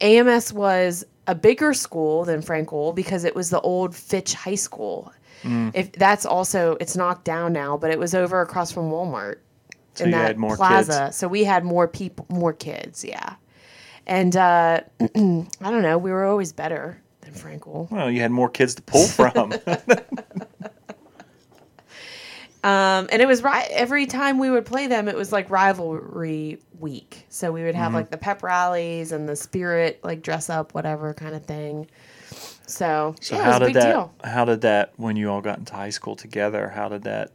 [SPEAKER 2] AMS was a bigger school than Frankel because it was the old Fitch High School. If that's also it's knocked down now, but it was over across from Walmart
[SPEAKER 1] So
[SPEAKER 2] in
[SPEAKER 1] you
[SPEAKER 2] that
[SPEAKER 1] had more
[SPEAKER 2] plaza. So we had more people, more kids, yeah. And uh, *clears throat* I don't know, we were always better than Frankel.
[SPEAKER 1] Well, you had more kids to pull *laughs* from.
[SPEAKER 2] Um, and it was right every time we would play them, it was like rivalry week. So we would have
[SPEAKER 1] Mm-hmm.
[SPEAKER 2] like the pep rallies and the spirit like dress up, whatever kind of thing. So,
[SPEAKER 1] so
[SPEAKER 2] yeah,
[SPEAKER 1] how
[SPEAKER 2] it was a
[SPEAKER 1] did
[SPEAKER 2] big
[SPEAKER 1] that?
[SPEAKER 2] deal.
[SPEAKER 1] How did that? When you all got into high school together, how did that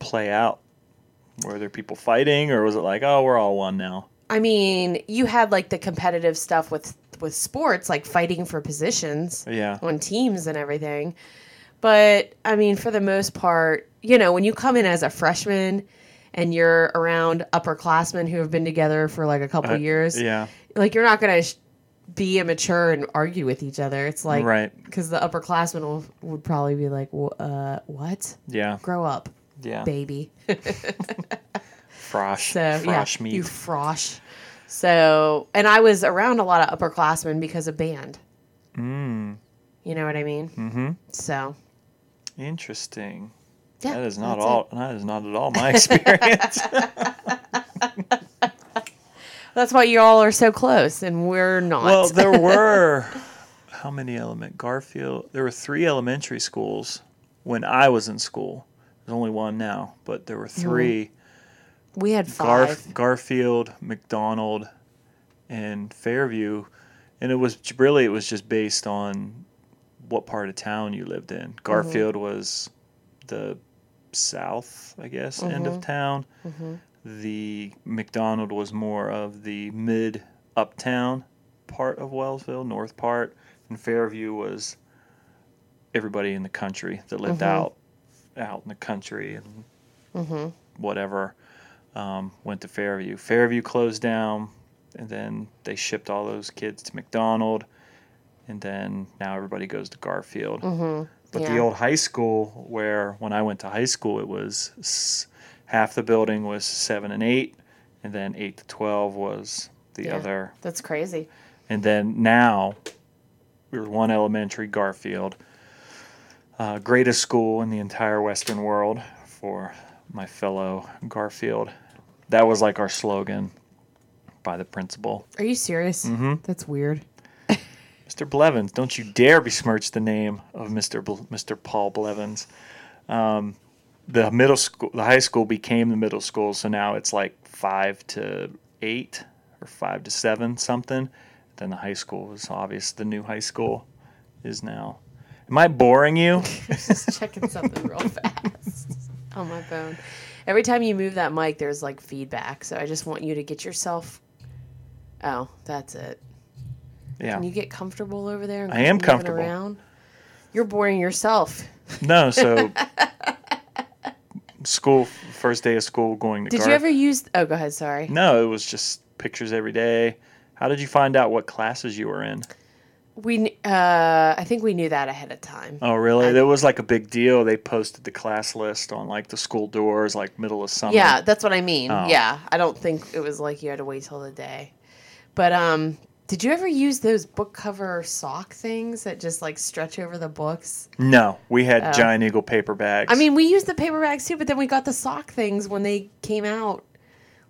[SPEAKER 1] play out? Were there people fighting, or was it like, oh, we're all one now?
[SPEAKER 2] I mean, you had like the competitive stuff with with sports, like fighting for positions
[SPEAKER 1] Yeah.
[SPEAKER 2] on teams and everything. But I mean, for the most part, you know, when you come in as a freshman and you're around upperclassmen who have been together for like a couple
[SPEAKER 1] Uh,
[SPEAKER 2] years,
[SPEAKER 1] Yeah.
[SPEAKER 2] like you're not gonna sh- be immature and argue with each other. It's like
[SPEAKER 1] Right.
[SPEAKER 2] because the upperclassmen will, would probably be like, "Wh- uh, "What?
[SPEAKER 1] Yeah.
[SPEAKER 2] Grow up,
[SPEAKER 1] Yeah.
[SPEAKER 2] baby."
[SPEAKER 1] Frosh.
[SPEAKER 2] So
[SPEAKER 1] frosh
[SPEAKER 2] yeah,
[SPEAKER 1] meat.
[SPEAKER 2] you frosh. So, and I was around a lot of upperclassmen because of band.
[SPEAKER 1] Mm.
[SPEAKER 2] You know what I mean? Mm-hmm. So
[SPEAKER 1] Interesting.
[SPEAKER 2] yeah,
[SPEAKER 1] That is not
[SPEAKER 2] that's it.
[SPEAKER 1] all. That is not at all
[SPEAKER 2] *laughs*
[SPEAKER 1] my experience.
[SPEAKER 2] That's why you all are so close, and we're not.
[SPEAKER 1] well, there were how many element Garfield? There were three elementary schools when I was in school. There's only one now, but there were
[SPEAKER 2] Mm-hmm.
[SPEAKER 1] three:
[SPEAKER 2] we had five.
[SPEAKER 1] Garf, Garfield, McDonald, and Fairview. And it was really it was just based on what part of town you lived in. Garfield was the south, I guess, end of town. The McDonald was more of the mid uptown part of Wellsville, north part, and Fairview was everybody in the country that lived
[SPEAKER 2] Mm-hmm.
[SPEAKER 1] out out in the country and whatever um, went to Fairview. Fairview closed down, and then they shipped all those kids to McDonald, and then now everybody goes to Garfield. But the
[SPEAKER 2] Mm-hmm. Yeah.
[SPEAKER 1] old high school, where when I went to high school, it was s- half the building was seven and eight, and then eight to twelve was the
[SPEAKER 2] Yeah.
[SPEAKER 1] other.
[SPEAKER 2] That's crazy.
[SPEAKER 1] And then now, we were one elementary Garfield, uh, greatest school in the entire Western world for my fellow Garfield. That was like our slogan by the principal.
[SPEAKER 2] Are you serious?
[SPEAKER 1] Mm-hmm.
[SPEAKER 2] That's *laughs* weird.
[SPEAKER 1] Mr. Blevins, don't you dare besmirch the name of Mr. Bl- Mr. Paul Blevins. Um, the middle school, the high school became the middle school, so now it's like five to eight or five to seven something. Then the high school is obvious. The new high school is now. Am I boring
[SPEAKER 2] *laughs*
[SPEAKER 1] you?
[SPEAKER 2] Just checking something *laughs* real fast on my phone. Every time you move that mic, there's like feedback. So I just want you to get yourself. Oh, that's it.
[SPEAKER 1] Yeah.
[SPEAKER 2] Can you get comfortable over there? And
[SPEAKER 1] I am
[SPEAKER 2] moving
[SPEAKER 1] comfortable.
[SPEAKER 2] Around? You're boring yourself. *laughs*
[SPEAKER 1] No. So school, first day of school, going to.
[SPEAKER 2] Did you
[SPEAKER 1] Garth-
[SPEAKER 2] ever use? Oh, go ahead. Sorry.
[SPEAKER 1] No, it was just pictures every day. How did you find out what classes you were in?
[SPEAKER 2] We. kn- Uh, I think we knew that ahead of time.
[SPEAKER 1] Oh, really? That was like a big deal. They posted the class list on like the school doors, like oh. middle of summer.
[SPEAKER 2] Yeah, that's what I mean. Yeah, I don't think it was like you had to wait till the day. But um, did you ever use those book cover sock things that just like stretch over the books?
[SPEAKER 1] No, we had giant eagle paper bags.
[SPEAKER 2] Oh. I mean, we used the paper bags too, but then we got the sock things when they came out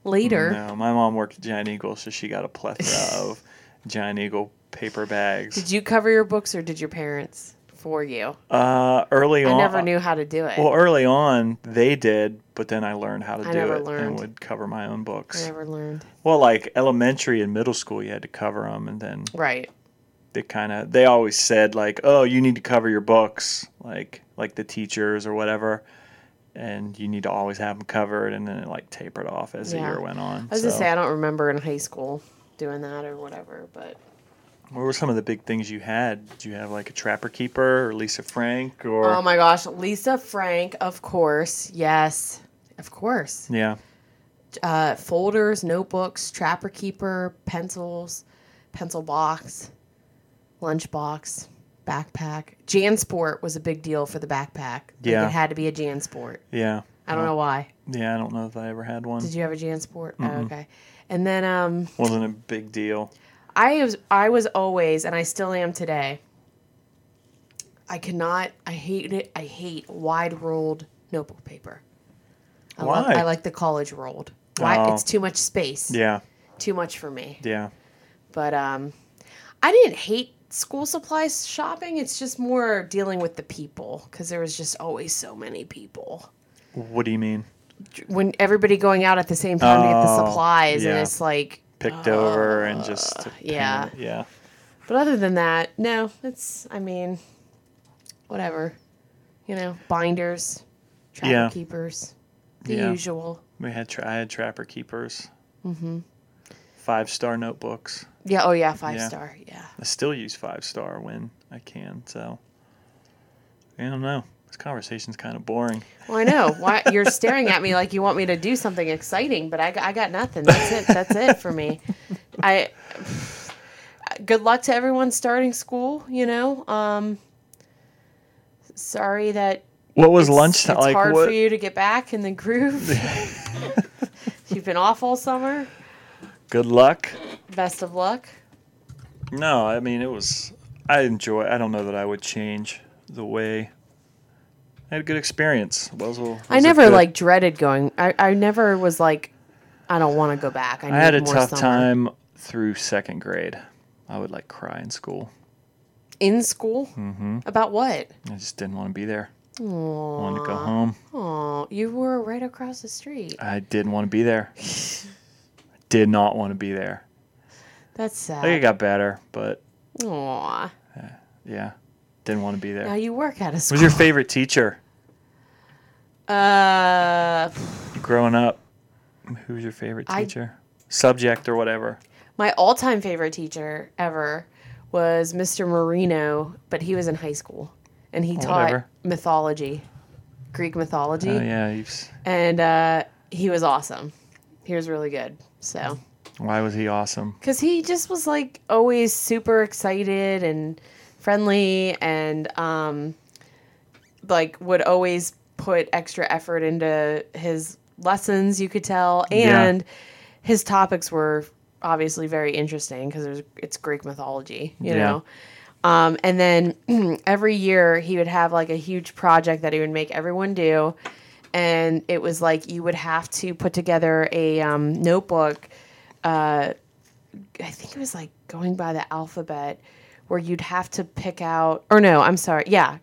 [SPEAKER 2] later.
[SPEAKER 1] no, my mom worked at Giant Eagle, so she got a plethora
[SPEAKER 2] *laughs*
[SPEAKER 1] of giant eagle paper bags.
[SPEAKER 2] Did you cover your books, or did your parents for you?
[SPEAKER 1] Uh, early
[SPEAKER 2] I
[SPEAKER 1] on,
[SPEAKER 2] never knew how to do it.
[SPEAKER 1] Well, early on they did, but then I learned how to
[SPEAKER 2] I
[SPEAKER 1] do
[SPEAKER 2] never
[SPEAKER 1] it and
[SPEAKER 2] learned.
[SPEAKER 1] would cover my own
[SPEAKER 2] I
[SPEAKER 1] books.
[SPEAKER 2] never learned.
[SPEAKER 1] Well, like elementary and middle school, you had to cover them, and then
[SPEAKER 2] Right.
[SPEAKER 1] they kind of they always said like oh you need to cover your books like like the teachers or whatever and you need to always have them covered, and then it like tapered off as the
[SPEAKER 2] Yeah.
[SPEAKER 1] year went on.
[SPEAKER 2] I was
[SPEAKER 1] So,
[SPEAKER 2] gonna say I don't remember in high school doing that or whatever, but
[SPEAKER 1] what were some of the big things you had? Did you have like a Trapper Keeper or Lisa Frank or?
[SPEAKER 2] oh my gosh, Lisa Frank, of course, yes, of course.
[SPEAKER 1] yeah,
[SPEAKER 2] Uh, folders, notebooks, trapper keeper, pencils, pencil box, lunchbox, backpack. JanSport was a big deal for the backpack. Like,
[SPEAKER 1] Yeah.
[SPEAKER 2] it had to be a JanSport.
[SPEAKER 1] yeah,
[SPEAKER 2] I don't know why.
[SPEAKER 1] yeah. I don't know if I ever had one.
[SPEAKER 2] Did you have a JanSport? Oh, okay. And then um,
[SPEAKER 1] Wasn't a big deal.
[SPEAKER 2] I was I was always and I still am today. I cannot I hate it I hate wide rolled notebook paper. I love-
[SPEAKER 1] Why?
[SPEAKER 2] I like the college rolled. Why
[SPEAKER 1] Oh.
[SPEAKER 2] it's too much space.
[SPEAKER 1] Yeah,
[SPEAKER 2] Too much for me.
[SPEAKER 1] yeah.
[SPEAKER 2] But um I didn't hate school supplies shopping. It's just more dealing with the people cuz there was just always so many people.
[SPEAKER 1] What do you mean?
[SPEAKER 2] When everybody going out at the same time to get the
[SPEAKER 1] Oh,
[SPEAKER 2] supplies and
[SPEAKER 1] yeah.
[SPEAKER 2] it's like
[SPEAKER 1] Picked over and just a pain.
[SPEAKER 2] Uh, yeah.
[SPEAKER 1] yeah.
[SPEAKER 2] But other than that, no, it's I mean, whatever. You know, binders, trapper
[SPEAKER 1] Yeah.
[SPEAKER 2] keepers, the
[SPEAKER 1] Yeah.
[SPEAKER 2] usual.
[SPEAKER 1] We had tra- I had Trapper Keepers.
[SPEAKER 2] Mm-hmm.
[SPEAKER 1] Five star notebooks.
[SPEAKER 2] Yeah, oh yeah, five
[SPEAKER 1] Yeah.
[SPEAKER 2] star. Yeah.
[SPEAKER 1] I still use five star when I can. So I don't know. This conversation's kind of boring.
[SPEAKER 2] Well, I know. Why you're staring at me like you want me to do something exciting, but I, got- I got nothing. That's it. That's it for me. I good luck to everyone starting school, you know. Um sorry that
[SPEAKER 1] What was
[SPEAKER 2] it's-
[SPEAKER 1] lunchtime
[SPEAKER 2] It's
[SPEAKER 1] like?
[SPEAKER 2] hard
[SPEAKER 1] What
[SPEAKER 2] for you to get back in
[SPEAKER 1] *laughs*
[SPEAKER 2] the groove. You've been off all summer.
[SPEAKER 1] good luck.
[SPEAKER 2] Best of luck.
[SPEAKER 1] No, I mean it was. I enjoy. I don't know that I would change the way. I had a good experience. Wellsville.
[SPEAKER 2] I
[SPEAKER 1] was a
[SPEAKER 2] never
[SPEAKER 1] good-
[SPEAKER 2] like dreaded going. I, I never was like, I don't want to go back. I,
[SPEAKER 1] I had
[SPEAKER 2] need
[SPEAKER 1] a
[SPEAKER 2] more
[SPEAKER 1] tough
[SPEAKER 2] summer.
[SPEAKER 1] time through second grade. I would like cry in school.
[SPEAKER 2] in school. Mm-hmm. About what?
[SPEAKER 1] I just didn't want to be there. I wanted to go home.
[SPEAKER 2] Oh, you were right across the street.
[SPEAKER 1] I didn't want to be
[SPEAKER 2] *laughs*
[SPEAKER 1] there. I did not want to be there.
[SPEAKER 2] That's
[SPEAKER 1] I think it
[SPEAKER 2] sad.
[SPEAKER 1] got better, but
[SPEAKER 2] Aw.
[SPEAKER 1] yeah, didn't want to be there.
[SPEAKER 2] Now
[SPEAKER 1] What
[SPEAKER 2] you work at a school.
[SPEAKER 1] was your favorite teacher
[SPEAKER 2] uh,
[SPEAKER 1] growing up? Who was your favorite
[SPEAKER 2] I-
[SPEAKER 1] teacher? Subject or whatever.
[SPEAKER 2] my all-time favorite teacher ever was Mr. Marino, but he was in high school, and he taught
[SPEAKER 1] Oh, Whatever.
[SPEAKER 2] mythology, Greek mythology,
[SPEAKER 1] Oh yeah, you've, s-
[SPEAKER 2] and uh, he was awesome. He was really good. So.
[SPEAKER 1] why was he awesome?
[SPEAKER 2] Because he just was like always super excited and friendly and um, like would always put extra effort into his lessons, you could tell.
[SPEAKER 1] Yeah.
[SPEAKER 2] And his topics were obviously very interesting because it's Greek mythology, you
[SPEAKER 1] Yeah.
[SPEAKER 2] know? Um, and then *clears throat* every year he would have like a huge project that he would make everyone do. And it was like you would have to put together a um, notebook I think it was like going by the alphabet where you'd have to pick out or no, I'm sorry. Yeah.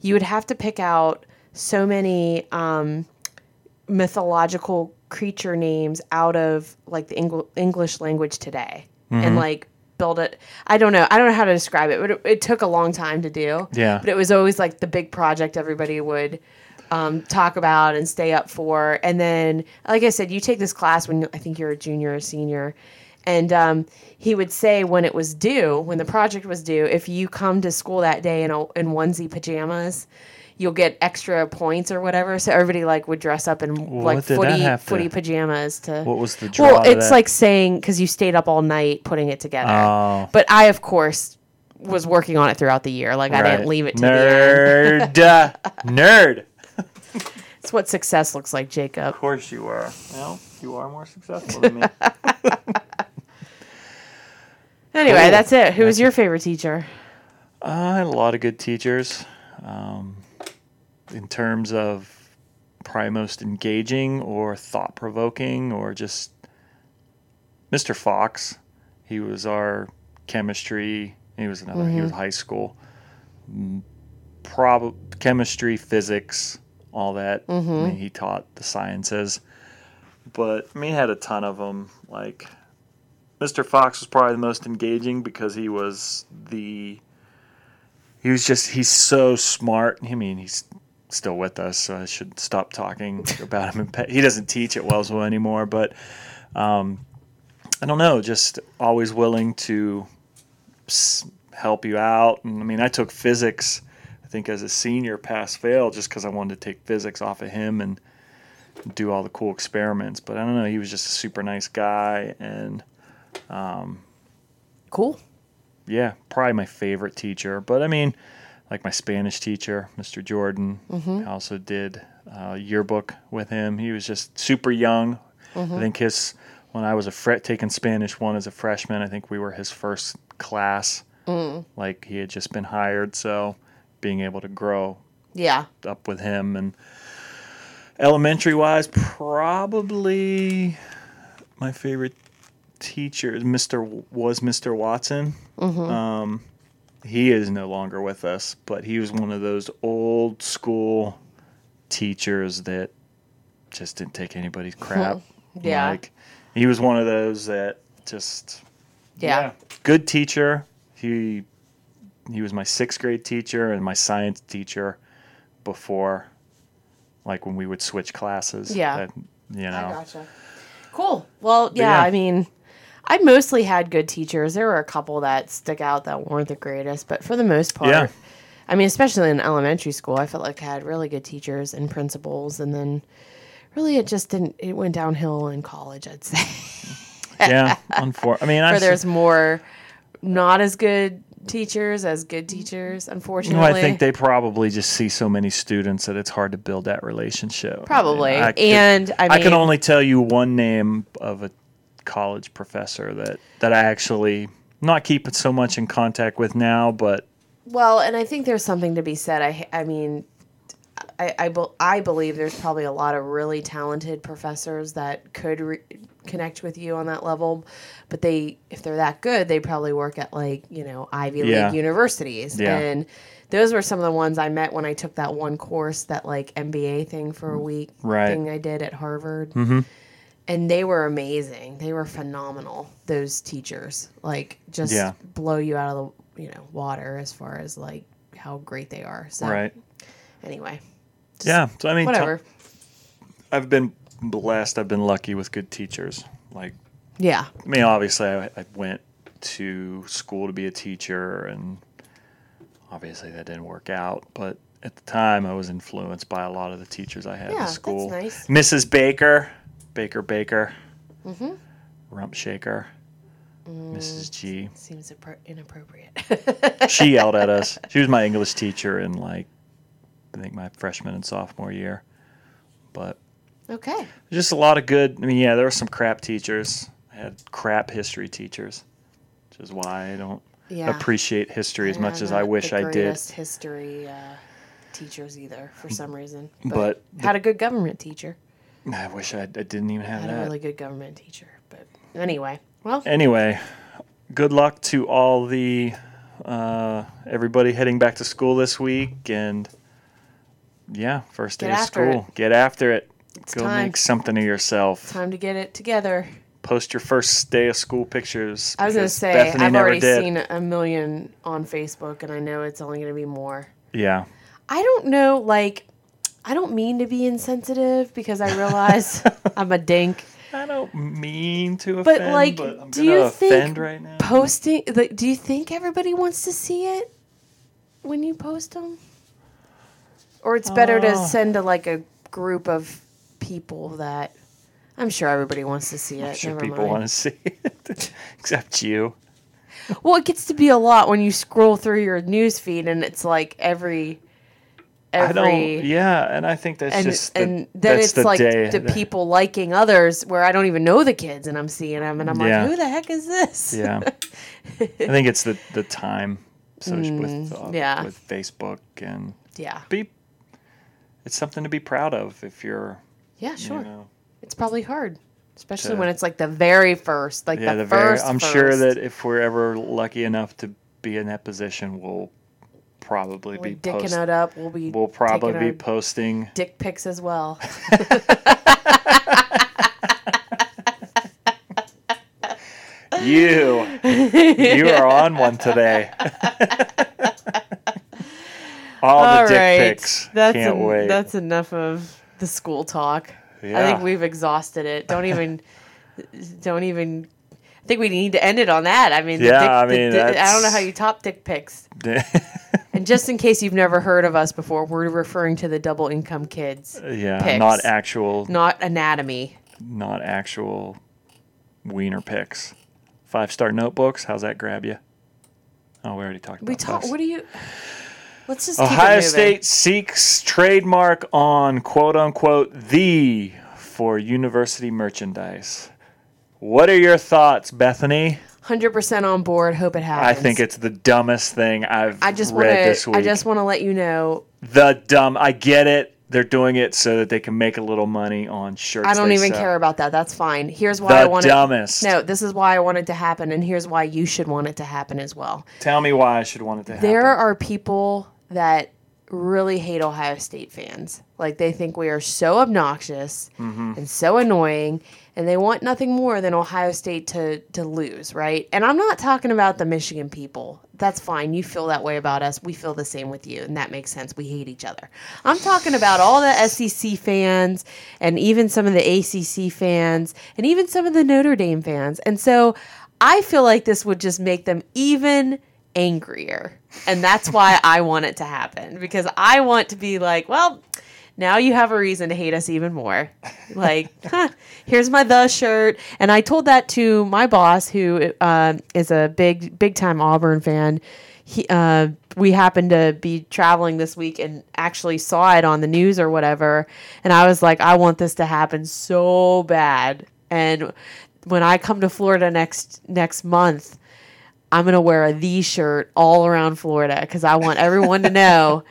[SPEAKER 2] You would have to pick out so many um mythological creature names out of like the Engl- English language today and like build it I don't know. I don't know how to describe it, but it, it took a long time to do.
[SPEAKER 1] Yeah.
[SPEAKER 2] But it was always like the big project everybody would um, talk about and stay up for. And then, like I said, you take this class when I think you're a junior or senior. And um, he would say when it was due, when the project was due, if you come to school that day in, a, in onesie pajamas, you'll get extra points or whatever. So everybody like would dress up in like
[SPEAKER 1] what did that
[SPEAKER 2] footy
[SPEAKER 1] have to-
[SPEAKER 2] footy pajamas to.
[SPEAKER 1] What was the draw?
[SPEAKER 2] well,
[SPEAKER 1] to
[SPEAKER 2] it's
[SPEAKER 1] that?
[SPEAKER 2] like saying because you stayed up all night putting it together.
[SPEAKER 1] oh,
[SPEAKER 2] But I, of course, was working on it throughout the year. Like I
[SPEAKER 1] right.
[SPEAKER 2] didn't leave it to the end. *laughs*
[SPEAKER 1] nerd, nerd.
[SPEAKER 2] It's what success looks like, Jacob.
[SPEAKER 1] Of course you were. Well, you are more successful than me.
[SPEAKER 2] Anyway,
[SPEAKER 1] Cool.
[SPEAKER 2] that's it. Who was your favorite teacher?
[SPEAKER 1] Uh, I had a lot of good teachers. Um, in terms of probably most engaging or thought provoking, or just Mr. Fox. He was our chemistry. He was another. He was high school. Mm, Prob chemistry, physics, all that. I mean, he taught the sciences, but I mean, he had a ton of them. Like Mr. Fox was probably the most engaging because he was the he was just he's so smart. I mean, he's still with us, so I should stop talking *laughs* about him. And pay. He doesn't teach at Wellsville anymore, but um, I don't know. Just always willing to s- help you out. And I mean, I took physics, I think, as a senior, pass fail, just because I wanted to take physics off of him and do all the cool experiments. But I don't know. He was just a super nice guy, and
[SPEAKER 2] Cool.
[SPEAKER 1] yeah, probably my favorite teacher. But I mean, like my Spanish teacher, Mr. Jordan, I also did uh, yearbook with him. He was just super young. I think his when I was a fre- taking Spanish one as a freshman, I think we were his first class. Like he had just been hired, so being able to grow
[SPEAKER 2] Yeah.
[SPEAKER 1] up with him and elementary wise probably my favorite teacher is mr was mr watson um, he is no longer with us but he was one of those old school teachers that just didn't take anybody's crap
[SPEAKER 2] Yeah.
[SPEAKER 1] like he was one of those that just
[SPEAKER 2] Yeah.
[SPEAKER 1] good teacher. He he was my sixth grade teacher and my science teacher before, like when we would switch classes.
[SPEAKER 2] Yeah.
[SPEAKER 1] That, you
[SPEAKER 2] I
[SPEAKER 1] know.
[SPEAKER 2] gotcha. Cool. Well, yeah,
[SPEAKER 1] yeah.
[SPEAKER 2] I mean, I mostly had good teachers. There were a couple that stick out that weren't the greatest, but for the most part,
[SPEAKER 1] Yeah.
[SPEAKER 2] I mean, especially in elementary school, I felt like I had really good teachers and principals, and then really it just didn't. It went downhill in college, I'd say,
[SPEAKER 1] yeah. Unfor- I mean,
[SPEAKER 2] where
[SPEAKER 1] I've s-
[SPEAKER 2] there's more not as good teachers as good teachers.
[SPEAKER 1] you
[SPEAKER 2] Unfortunately,
[SPEAKER 1] know, I think they probably just see so many students that it's hard to build that relationship. I mean,
[SPEAKER 2] Probably.
[SPEAKER 1] I could-
[SPEAKER 2] And, I
[SPEAKER 1] I can
[SPEAKER 2] mean-
[SPEAKER 1] only tell you one name of a college professor that that I actually not keep so much in contact with now, but
[SPEAKER 2] Well, and I think there's something to be said. I, I mean, I, I, bel- I believe there's probably a lot of really talented professors that could re- connect with you on that level, but they, if they're that good, they probably work at like you know Ivy
[SPEAKER 1] Yeah.
[SPEAKER 2] League universities,
[SPEAKER 1] Yeah.
[SPEAKER 2] and those were some of the ones I met when I took that one course, that like MBA thing for a week
[SPEAKER 1] Right. Mm-hmm.
[SPEAKER 2] thing I did at Harvard, and they were amazing. They were phenomenal. Those teachers, like, just
[SPEAKER 1] Yeah.
[SPEAKER 2] blow you out of the you know water as far as like how great they are. So
[SPEAKER 1] right.
[SPEAKER 2] anyway, just
[SPEAKER 1] Yeah. So I mean, t-
[SPEAKER 2] whatever.
[SPEAKER 1] I've been blessed. I've been lucky with good teachers. Like,
[SPEAKER 2] yeah,
[SPEAKER 1] I mean, obviously, I, I went to school to be a teacher, and obviously, that didn't work out. But at the time, I was influenced by a lot of the teachers I had
[SPEAKER 2] Yeah,
[SPEAKER 1] in
[SPEAKER 2] that's
[SPEAKER 1] school.
[SPEAKER 2] nice.
[SPEAKER 1] Mrs. Baker, Baker Baker,
[SPEAKER 2] Mm-hmm.
[SPEAKER 1] Rump Shaker,
[SPEAKER 2] Mm.
[SPEAKER 1] Mrs. G.
[SPEAKER 2] seems appro- inappropriate. *laughs*
[SPEAKER 1] She yelled at us. She was my English teacher in like, I think my freshman and sophomore year. But
[SPEAKER 2] okay,
[SPEAKER 1] just a lot of good. I mean, yeah, there were some crap teachers. I had crap history teachers, which is why I don't
[SPEAKER 2] yeah.
[SPEAKER 1] appreciate history as much
[SPEAKER 2] I'm
[SPEAKER 1] as I
[SPEAKER 2] not
[SPEAKER 1] wish
[SPEAKER 2] the
[SPEAKER 1] I did.
[SPEAKER 2] greatest History uh, teachers either for some reason,
[SPEAKER 1] But
[SPEAKER 2] had a good government teacher.
[SPEAKER 1] *laughs* I wish I, I Eh. didn't even have
[SPEAKER 2] Had
[SPEAKER 1] that.
[SPEAKER 2] a really good government teacher, but anyway, well,
[SPEAKER 1] Anyway, good luck to all the uh, everybody heading back to school this week, and yeah, first day
[SPEAKER 2] Get
[SPEAKER 1] of
[SPEAKER 2] after
[SPEAKER 1] school. Get after it. Go
[SPEAKER 2] time.
[SPEAKER 1] make something of yourself.
[SPEAKER 2] time to get it together.
[SPEAKER 1] Post your first day of school pictures.
[SPEAKER 2] I was going to
[SPEAKER 1] because
[SPEAKER 2] say,
[SPEAKER 1] Bethany
[SPEAKER 2] I've
[SPEAKER 1] never
[SPEAKER 2] already
[SPEAKER 1] did.
[SPEAKER 2] seen a million on Facebook, and I know it's only going to be more.
[SPEAKER 1] Yeah.
[SPEAKER 2] I don't know, like, I don't mean to be insensitive because I
[SPEAKER 1] *laughs*
[SPEAKER 2] realize I'm a dink.
[SPEAKER 1] I don't mean to
[SPEAKER 2] But,
[SPEAKER 1] offend, but
[SPEAKER 2] like,
[SPEAKER 1] I'm
[SPEAKER 2] do
[SPEAKER 1] gonna
[SPEAKER 2] you
[SPEAKER 1] offend
[SPEAKER 2] think
[SPEAKER 1] right now.
[SPEAKER 2] Posting, like, do you think everybody wants to see it when you post them? Or it's better to
[SPEAKER 1] Oh.
[SPEAKER 2] send to, like, a group of people that I'm sure everybody wants to see it.
[SPEAKER 1] I'm sure
[SPEAKER 2] Never
[SPEAKER 1] people
[SPEAKER 2] mind.
[SPEAKER 1] want to see it, *laughs* except you.
[SPEAKER 2] Well, it gets to be a lot when you scroll through your news feed and it's like every
[SPEAKER 1] I
[SPEAKER 2] every
[SPEAKER 1] don't. Yeah, and I think that's
[SPEAKER 2] and
[SPEAKER 1] just the,
[SPEAKER 2] and then
[SPEAKER 1] that's
[SPEAKER 2] it's
[SPEAKER 1] the
[SPEAKER 2] like
[SPEAKER 1] day
[SPEAKER 2] the
[SPEAKER 1] that-
[SPEAKER 2] people liking others where I don't even know the kids and I'm seeing them and I'm
[SPEAKER 1] Yeah.
[SPEAKER 2] like, who the heck is this?
[SPEAKER 1] Yeah, I think it's the the time. So with uh,
[SPEAKER 2] Mm, yeah.
[SPEAKER 1] with Facebook and
[SPEAKER 2] *laughs* yeah,
[SPEAKER 1] be, it's something to be proud of if you're
[SPEAKER 2] yeah, sure.
[SPEAKER 1] you know
[SPEAKER 2] It's probably hard, especially
[SPEAKER 1] To-
[SPEAKER 2] when it's like the very first, like
[SPEAKER 1] yeah
[SPEAKER 2] the,
[SPEAKER 1] the, very.
[SPEAKER 2] first.
[SPEAKER 1] I'm sure
[SPEAKER 2] first.
[SPEAKER 1] that if we're ever lucky enough to be in that position, we'll probably
[SPEAKER 2] we're
[SPEAKER 1] be
[SPEAKER 2] dicking
[SPEAKER 1] post,
[SPEAKER 2] it up. We'll be
[SPEAKER 1] We'll probably
[SPEAKER 2] taking
[SPEAKER 1] be
[SPEAKER 2] our
[SPEAKER 1] posting.
[SPEAKER 2] dick pics as well.
[SPEAKER 1] You,
[SPEAKER 2] *laughs*
[SPEAKER 1] you are on one today. *laughs* all the dick
[SPEAKER 2] right.
[SPEAKER 1] pics.
[SPEAKER 2] That's
[SPEAKER 1] Can't
[SPEAKER 2] en-
[SPEAKER 1] wait.
[SPEAKER 2] that's enough of the school talk. I
[SPEAKER 1] Yeah.
[SPEAKER 2] think we've exhausted
[SPEAKER 1] *laughs*
[SPEAKER 2] it. Don't even don't even I think we need to end it on that. I mean, the
[SPEAKER 1] Yeah,
[SPEAKER 2] dick-
[SPEAKER 1] I
[SPEAKER 2] the
[SPEAKER 1] mean,
[SPEAKER 2] di- I don't know
[SPEAKER 1] that's-
[SPEAKER 2] how you top dick pics. And just in case you've never heard of us before, we're referring to the double income kids,
[SPEAKER 1] *laughs* yeah,
[SPEAKER 2] Pics.
[SPEAKER 1] not actual,
[SPEAKER 2] not anatomy.
[SPEAKER 1] not actual wiener pics. Five star notebooks. How's that grab you? Oh, we already talked about
[SPEAKER 2] We talk.
[SPEAKER 1] this.
[SPEAKER 2] What do you? Let's just
[SPEAKER 1] Ohio
[SPEAKER 2] keep it moving.
[SPEAKER 1] State seeks trademark on quote unquote the for university merchandise. What are your thoughts, Bethany?
[SPEAKER 2] Hundred percent on board. Hope it
[SPEAKER 1] I
[SPEAKER 2] happens.
[SPEAKER 1] think it's the dumbest thing I've
[SPEAKER 2] I just want
[SPEAKER 1] read this
[SPEAKER 2] to.
[SPEAKER 1] week.
[SPEAKER 2] I just want to let you know.
[SPEAKER 1] the dumb. I get it. They're doing it so that they can make a little money on shirts.
[SPEAKER 2] I don't
[SPEAKER 1] they
[SPEAKER 2] even
[SPEAKER 1] sell.
[SPEAKER 2] care about that. That's fine. Here's why I
[SPEAKER 1] The
[SPEAKER 2] want
[SPEAKER 1] dumbest.
[SPEAKER 2] No, this is why I want it to happen, and here's why you should want it to happen as well.
[SPEAKER 1] Tell me why I should want it to happen.
[SPEAKER 2] There are people that really hate Ohio State fans. Like they think we are so obnoxious
[SPEAKER 1] Mm-hmm.
[SPEAKER 2] and so annoying, and they want nothing more than Ohio State to to lose, right? And I'm not talking about the Michigan people. That's fine. You feel that way about us. We feel the same with you, and that makes sense. We hate each other. I'm talking about all the SEC fans and even some of the ACC fans and even some of the Notre Dame fans. And so I feel like this would just make them even angrier. And that's why I want it to happen because I want to be like, well, now you have a reason to hate us even more. Like, huh, here's my the shirt. And I told that to my boss, who uh, is a big, big time Auburn fan. He, uh, we happened to be traveling this week and actually saw it on the news or whatever. And I was like, I want this to happen so bad. And when I come to Florida next next month, I'm gonna wear a the shirt all around Florida because I want
[SPEAKER 1] *laughs*
[SPEAKER 2] everyone to know,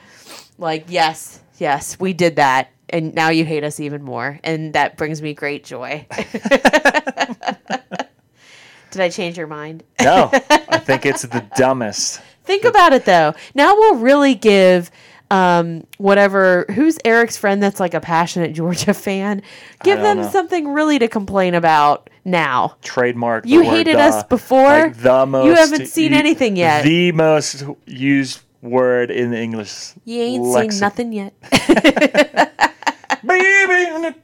[SPEAKER 2] like, yes, yes, we did that, and now you hate us even more, and that brings me great joy. *laughs* did I change your mind?
[SPEAKER 1] no, I think it's
[SPEAKER 2] *laughs*
[SPEAKER 1] the dumbest.
[SPEAKER 2] Think about it though. Now we'll really give. Um, whatever, who's Eric's friend that's like a passionate Georgia fan? Give
[SPEAKER 1] don't
[SPEAKER 2] them
[SPEAKER 1] know.
[SPEAKER 2] something really to complain about now.
[SPEAKER 1] Trademark. the
[SPEAKER 2] You
[SPEAKER 1] word
[SPEAKER 2] hated
[SPEAKER 1] the.
[SPEAKER 2] us before.
[SPEAKER 1] Like the most.
[SPEAKER 2] haven't seen
[SPEAKER 1] you-
[SPEAKER 2] anything yet.
[SPEAKER 1] The most used word in the English.
[SPEAKER 2] You ain't seen
[SPEAKER 1] lexicon.
[SPEAKER 2] nothing yet.
[SPEAKER 1] Baby.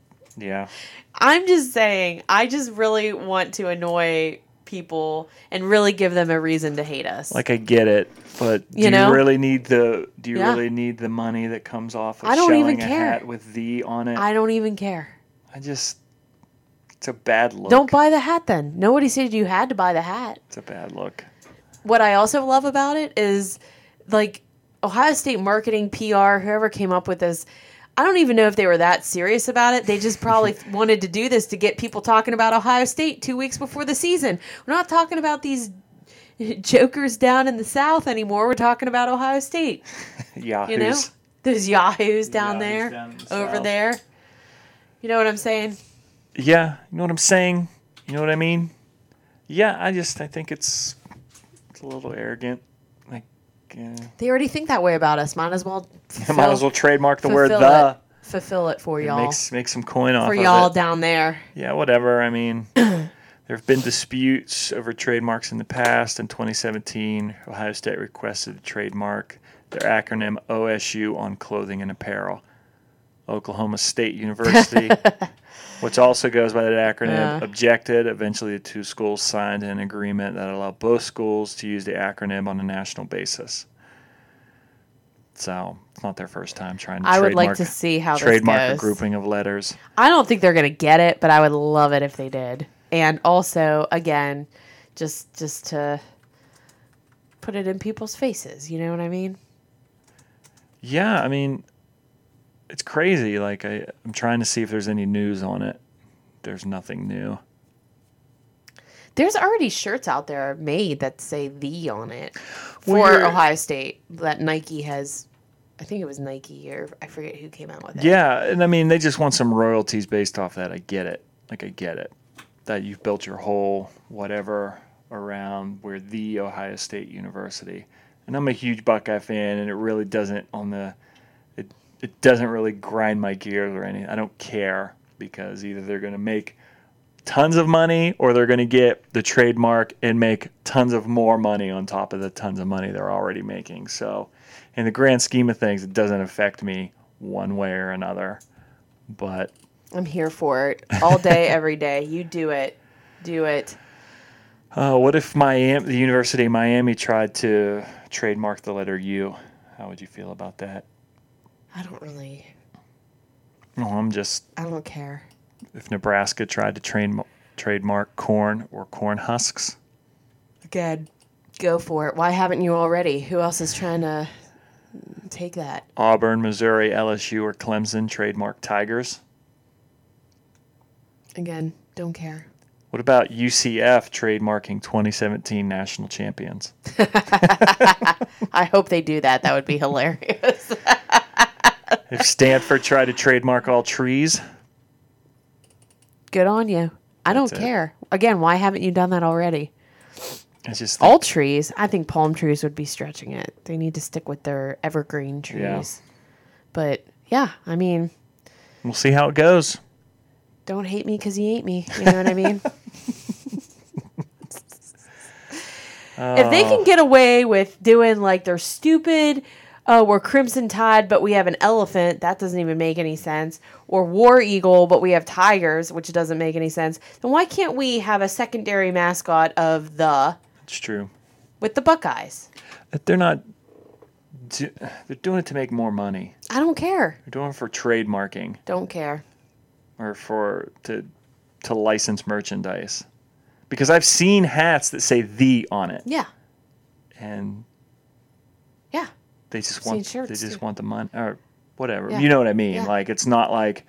[SPEAKER 1] *laughs* yeah.
[SPEAKER 2] I'm just saying, I just really want to annoy people and really give them a reason to hate us.
[SPEAKER 1] Like I get it, but do
[SPEAKER 2] You know?
[SPEAKER 1] you really need the do you
[SPEAKER 2] Yeah.
[SPEAKER 1] really need the money that comes off of
[SPEAKER 2] I don't
[SPEAKER 1] shelling
[SPEAKER 2] even
[SPEAKER 1] a
[SPEAKER 2] care.
[SPEAKER 1] hat with the on it? I,
[SPEAKER 2] I don't even care.
[SPEAKER 1] just it's a bad look.
[SPEAKER 2] Don't buy the hat then. Nobody said you had to buy the hat.
[SPEAKER 1] it's a bad look.
[SPEAKER 2] What I also love about it is like Ohio State marketing, PR, whoever came up with this. I don't even know if they were that serious about it. They just probably wanted to do this to get people talking about Ohio State two weeks before the season. We're not talking about these *laughs* jokers down in the South anymore. We're talking about Ohio State.
[SPEAKER 1] Yahoos.
[SPEAKER 2] you know those yahoos
[SPEAKER 1] Yahoos
[SPEAKER 2] down there
[SPEAKER 1] down in the
[SPEAKER 2] over
[SPEAKER 1] south.
[SPEAKER 2] there you know what i'm saying
[SPEAKER 1] Yeah, you know what I'm saying? You know what I mean? Yeah, I just I think it's it's a little arrogant. Like yeah.
[SPEAKER 2] they already think that way about us might as well
[SPEAKER 1] *laughs* might
[SPEAKER 2] fulfill-
[SPEAKER 1] as well trademark the word
[SPEAKER 2] fulfill
[SPEAKER 1] the.
[SPEAKER 2] it. fulfill it for y'all
[SPEAKER 1] Makes make some coin off
[SPEAKER 2] for
[SPEAKER 1] of
[SPEAKER 2] y'all
[SPEAKER 1] it.
[SPEAKER 2] down there
[SPEAKER 1] Yeah, whatever. I
[SPEAKER 2] *clears throat*
[SPEAKER 1] mean, there have been disputes over trademarks in the past. In 2017, Ohio State requested to trademark their acronym OSU on clothing and apparel. Oklahoma State
[SPEAKER 2] *laughs*
[SPEAKER 1] University, which also goes by that acronym,
[SPEAKER 2] Yeah.
[SPEAKER 1] objected. Eventually, the two schools signed an agreement that allowed both schools to use the acronym on a national basis. So it's not their first time trying to
[SPEAKER 2] i would
[SPEAKER 1] trademark,
[SPEAKER 2] like to see how
[SPEAKER 1] trademark a
[SPEAKER 2] this goes
[SPEAKER 1] grouping of letters.
[SPEAKER 2] i don't think they're gonna get it but i would love it if they did and also again just just to put it in people's faces you know what i mean
[SPEAKER 1] Yeah, I mean, it's crazy. Like I, I'm trying to see if there's any news on it. There's nothing new.
[SPEAKER 2] There's already shirts out there made that say the on it for
[SPEAKER 1] Well, you're-
[SPEAKER 2] Ohio State that Nike has. I think it was Nike or I forget who came out with it.
[SPEAKER 1] Yeah, and I mean, they just want some royalties based off that. I get it. Like I get it. That you've built your whole whatever around where the Ohio State University. And I'm a huge Buckeye fan, and it really doesn't on the. It it doesn't really grind my gears or anything. I don't care because either they're going to make tons of money or they're going to get the trademark and make tons of more money on top of the tons of money they're already making. So in the grand scheme of things, it doesn't affect me one way or another. But
[SPEAKER 2] I'm here for it all day, every day. You do it. Do it.
[SPEAKER 1] uh, what if Miami, the University of Miami, tried to trademark the letter U? How would you feel about that?
[SPEAKER 2] I don't really.
[SPEAKER 1] No, I'm just
[SPEAKER 2] I don't care.
[SPEAKER 1] if Nebraska tried to train, trademark corn or corn husks.
[SPEAKER 2] Good. Go for it. Why haven't you already? Who else is trying to take that?
[SPEAKER 1] Auburn, Missouri, LSU, or Clemson trademark Tigers.
[SPEAKER 2] Again, don't care. *laughs*
[SPEAKER 1] What about UCF trademarking 2017 national champions?
[SPEAKER 2] I hope they do that. That would be hilarious.
[SPEAKER 1] If Stanford tried to trademark all trees,
[SPEAKER 2] Good on you. I don't
[SPEAKER 1] That's it.
[SPEAKER 2] care. Again, why haven't you done that already?
[SPEAKER 1] it's just
[SPEAKER 2] All trees. I think palm trees would be stretching it. They need to stick with their evergreen trees.
[SPEAKER 1] Yeah.
[SPEAKER 2] But yeah, I mean,
[SPEAKER 1] we'll see how it goes.
[SPEAKER 2] don't hate me because you ate me. You know what I mean? if they can get away with doing like their stupid, uh, we're Crimson Tide, but we have an elephant, that doesn't even make any sense. Or War Eagle, but we have tigers, which doesn't make any sense. Then why can't we have a secondary mascot of the
[SPEAKER 1] It's true.
[SPEAKER 2] with the Buckeyes?
[SPEAKER 1] But They're not. do- They're doing it to make more money.
[SPEAKER 2] I don't care.
[SPEAKER 1] They're doing it for trademarking
[SPEAKER 2] Don't care.
[SPEAKER 1] or for to to license merchandise. Because I've seen hats that say "the" on it,
[SPEAKER 2] Yeah.
[SPEAKER 1] and
[SPEAKER 2] Yeah.
[SPEAKER 1] they just
[SPEAKER 2] Seen
[SPEAKER 1] want they
[SPEAKER 2] shirts,
[SPEAKER 1] just
[SPEAKER 2] too.
[SPEAKER 1] want the money or whatever.
[SPEAKER 2] Yeah.
[SPEAKER 1] You know what I mean?
[SPEAKER 2] Yeah.
[SPEAKER 1] Like it's not like